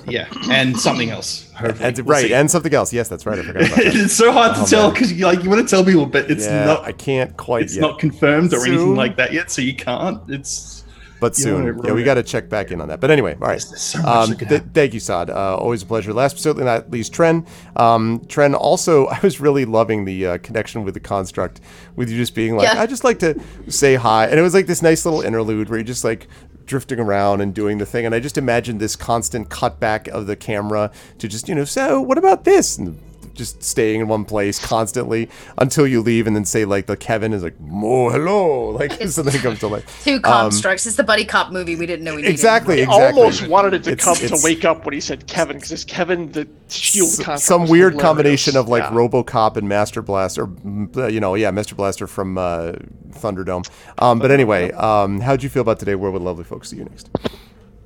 B: yeah, and something else. Hopefully.
A: And,
B: We'll
A: right,
B: see.
A: and something else. Yes, that's right. I forgot about that.
B: (laughs) it's so hard to
A: Oh,
B: tell
A: man.
B: because you like you want to tell people, but it's
A: yeah,
B: not.
A: I can't quite
B: it's
A: yet.
B: not confirmed or anything
A: Soon.
B: like that yet, so you can't. It's
A: but
B: You know,
A: soon.
B: it
A: Yeah, we
B: ruined-
A: got to check back in on that. But anyway, all right.
B: There's so much
A: Um,
B: that could
A: th-
B: happen.
A: thank you, Saad. Uh, always a pleasure. Last but certainly not least, Tren. Um, Tren, also, (laughs) I was really loving the uh, connection with the construct, with you just being like,
F: Yeah.
A: I just like to say hi. And it was like this nice little interlude where you just like, drifting around and doing the thing and i just imagined this constant cutback of the camera to just you know so what about this and just staying in one place constantly until you leave and then say like the kevin is like mo hello like something comes to life
F: Two constructs. it's the buddy cop movie we didn't know we needed.
A: um, exactly
E: I
A: exactly
E: almost wanted it to
A: It's-
E: come
A: it's-
E: to wake up when he said Kevin because it's Kevin the shield.
A: S-
E: contract
A: some
E: was
A: weird
E: hilarious.
A: combination of like
E: Yeah.
A: RoboCop and Master Blaster, or mm, uh, you know, yeah, Master Blaster from uh, Thunderdome. Um, but anyway, um, how'd you feel about today? Where would lovely folks see you next?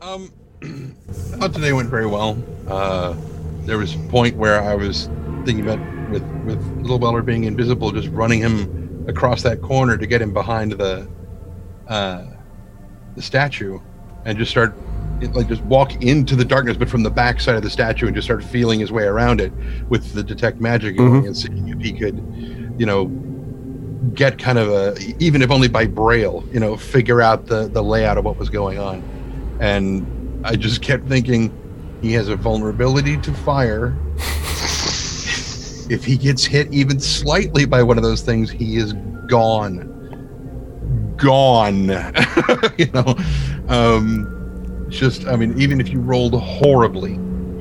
C: Um, (clears throat) I thought today went very well. Uh, there was a point where I was thinking about with with Little Weller being invisible, just running him across that corner to get him behind the uh, the statue, and just start it, like just walk into the darkness, but from the back side of the statue, and just start feeling his way around it with the detect magic going and seeing if he could, you know, get kind of a even if only by braille you know figure out the the layout of what was going on and i just kept thinking he has a vulnerability to fire if he gets hit even slightly by one of those things he is gone gone (laughs) you know um just i mean even if you rolled horribly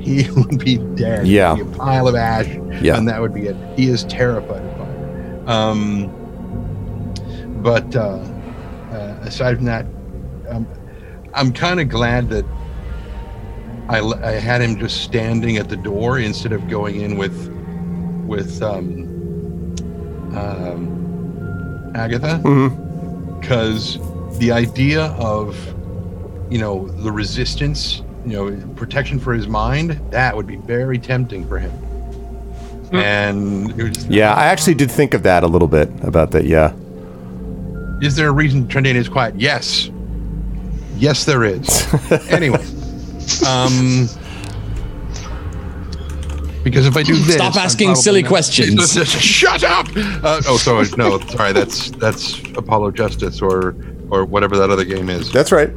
C: he (laughs) would be dead He'd
A: Yeah.
C: be a pile of ash
A: Yeah.
C: and that would be it. He is terrified of fire. Um, but uh, uh, aside from that, um, I'm kind of glad that I, l- I had him just standing at the door instead of going in with with um, um, Agatha
A: Mm-hmm.
C: because the idea of you know the resistance you know protection for his mind that would be very tempting for him and it was just-
A: Mm. Yeah, I actually did think of that a little bit about that. Yeah.
C: is there a reason Trendane is quiet yes yes there (laughs) is anyway um because if I do this,
D: Stop
C: I'm
D: asking
C: probably
D: silly
C: not-
D: questions.
C: (laughs) Shut up! Uh, oh, sorry, no, sorry. That's that's Apollo Justice or or whatever that other game is.
A: That's right.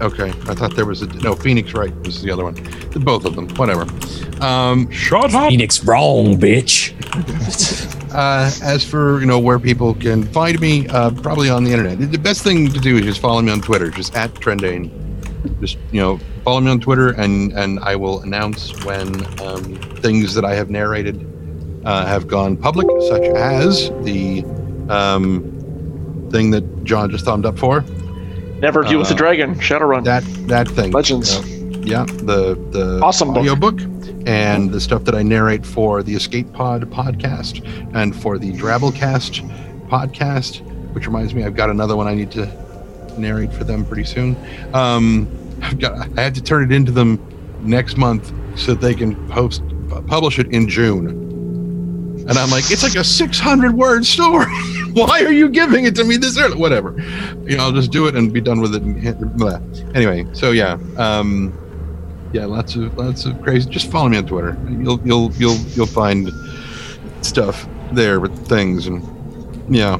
C: Okay, I thought there was a no. Phoenix Wright was the other one. The both of them, whatever. Um, shut up.
D: Phoenix wrong, bitch.
C: Uh, as for you know where people can find me, uh, probably on the internet. The best thing to do is just follow me on Twitter, just at Trendane. Just you know, follow me on Twitter, and and I will announce when um, things that I have narrated uh, have gone public, such as the um, thing that John just thumbed up for.
E: Never View with the
C: Uh,
E: Dragon, Shadowrun.
C: that that thing
E: Legends.
C: yeah the the
E: Awesome book.
C: audio book. and the stuff that i narrate for the escape pod podcast and for the drabblecast podcast which reminds me i've got another one i need to narrate for them pretty soon um i've got i have to turn it into them next month so that they can post publish it in june and i'm like it's like a 600 word story (laughs) why are you giving it to me this early? Whatever. You know, I'll just do it and be done with it. And hit, blah. Anyway, so yeah, um, yeah, lots of lots of crazy. Just follow me on Twitter. You'll you'll you'll you'll find stuff there with things and yeah,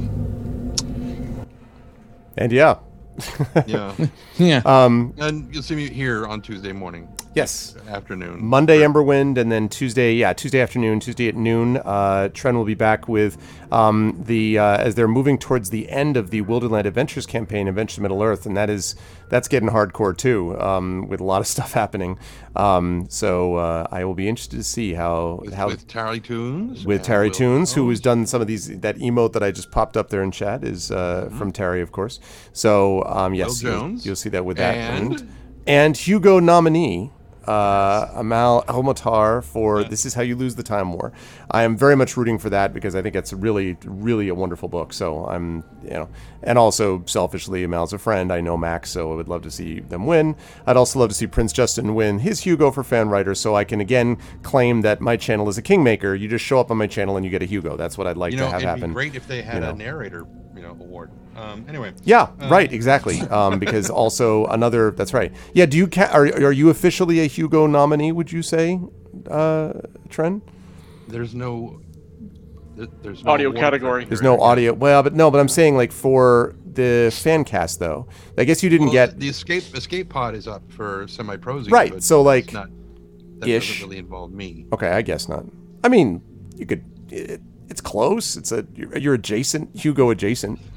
A: And yeah. (laughs)
C: yeah.
D: Yeah.
A: Um,
C: and you'll see me here on Tuesday morning,
A: yes.
C: afternoon.
A: Monday, Emberwind, and then Tuesday, yeah, Tuesday afternoon, Tuesday at noon. Uh, Tren will be back with um, the uh, as they're moving towards the end of the Wilderland Adventures campaign, Adventures to Middle Earth, and that is that's getting hardcore too, um, with a lot of (laughs) stuff happening. Um, so uh, I will be interested to see how
C: with,
A: how
C: with Tarly Tunes.
A: with
C: and
A: Terry
C: Will Oh,
A: Tunes, who
C: Jones.
A: has done some of these. That emote that I just popped up there in chat is uh, from Terry, of course. So um, yes, you'll-
C: Mm-hmm. Jones.
A: You'll, see that with that.
C: And-
A: And, and Hugo nominee. Uh, Amal Elmatar for This Is How You Lose the Time War. I am very much rooting for that because I think it's really, really a wonderful book. So I'm, you know, and also selfishly, Amal's a friend. I know Max, so I would love to see them win. I'd also love to see Prince Justin win his Hugo for fan writer so I can again claim that my channel is a kingmaker. You just show up on my channel and you get a Hugo. That's what I'd like
C: you know,
A: to have
C: it'd
A: happen.
C: be great if they had
A: you know.
C: a narrator, you know, award. Um, anyway,
A: Yeah,
C: Uh,
A: right, exactly.
C: (laughs)
A: Um, because also another, that's right. Yeah, do you ca- are are you officially a Hugo nominee? Would you say, uh, Tren?
C: there's no. there- There's no
E: Audio
C: award
E: category.
A: There's no
C: criteria.
A: audio. Well, but no, but I'm saying like for the fan cast though. I guess you didn't
C: Well,
A: get
C: the escape escape pod is up for semi prosy.
A: Right, so, like,
C: not, that
A: ish.
C: doesn't really involve me.
A: Okay, I guess not. I mean, you could. It, it's close. It's a you're, you're adjacent. Hugo adjacent. (laughs)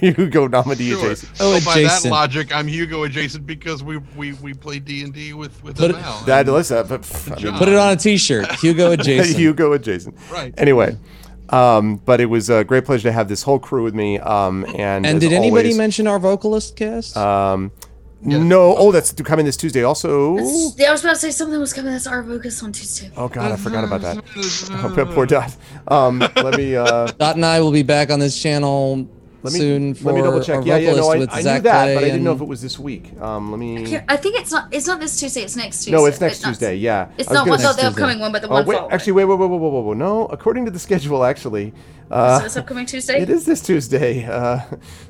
A: Hugo nominee
C: Sure.
A: adjacent.
D: Oh,
C: so by that
D: adjacent.
C: logic, I'm Hugo adjacent because we we we play D and D with with
D: Put it-
C: Amal.
A: That listen, but pff, I mean,
D: Put it on a T-shirt.
B: (laughs)
D: Hugo
A: (laughs)
D: adjacent.
A: Hugo adjacent.
C: Right.
A: Anyway, um, but it was a great pleasure to have this whole crew with me. Um, and
D: and
A: as
D: did anybody
A: always,
D: mention our vocalist cast?
A: Um,
C: Yes.
A: No. Oh, that's coming this Tuesday. Also.
F: That's- yeah, I was about to say something was coming. That's our focus on Tuesday.
A: Oh God, I forgot about that. (laughs) Oh, poor Dot. Um, let me. Uh,
D: Dot and I will be back on this channel
A: let me
D: soon for
A: let me double check.
D: our
A: Yeah, yeah. No,
D: vocalist
A: I,
D: with
A: I knew
D: Zach
A: that,
D: Clay
A: but I didn't know
D: and-
A: if it was this week. Um, let me.
F: Here, I think it's not. It's not this Tuesday. It's next Tuesday.
A: No, it's next
F: not-
A: Tuesday. Yeah.
F: It's not
A: I was gonna
F: one,
A: say-
F: not
D: Next
F: the
D: Tuesday.
F: upcoming one, but the
A: Oh,
F: one
A: wait,
F: following.
A: actually, wait, wait, wait, wait, wait, wait, wait. No, according to the schedule, actually,
F: so
A: uh,
F: this upcoming Tuesday.
A: it is this Tuesday. Uh,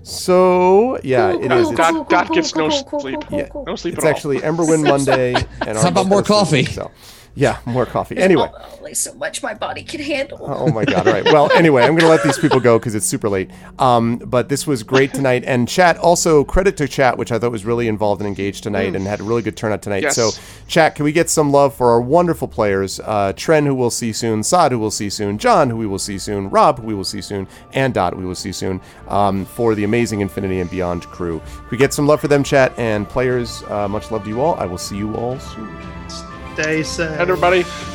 A: so yeah, it is. It's,
E: God- God gives no sleep.
A: yeah,
E: No sleep
A: it's
E: at all. (laughs)
A: actually Emberwin Monday, and
D: (laughs) How about
A: Arbuckle
D: more
A: Sunday,
D: coffee?
A: So, Yeah, more coffee. Anyway.
F: Oh, only so much my body can handle.
A: Oh my god! All right. Well, anyway, I'm going to let these people go because it's super late. Um, but this was great tonight, and chat. Also, credit to chat, which I thought was really involved and engaged tonight, and had a really good turnout tonight.
E: Yes.
A: So, chat, can we get some love for our wonderful players? Uh, Tren, who we'll see soon, Saad, who we'll see soon, John, who we will see soon, Rob, who we will see soon, and Dot, who we will see soon, um, for the amazing Infinity and Beyond crew. Can we get some love for them, chat, and players. Uh, much love to you all. I will see you all soon.
B: Stay safe.
E: And everybody,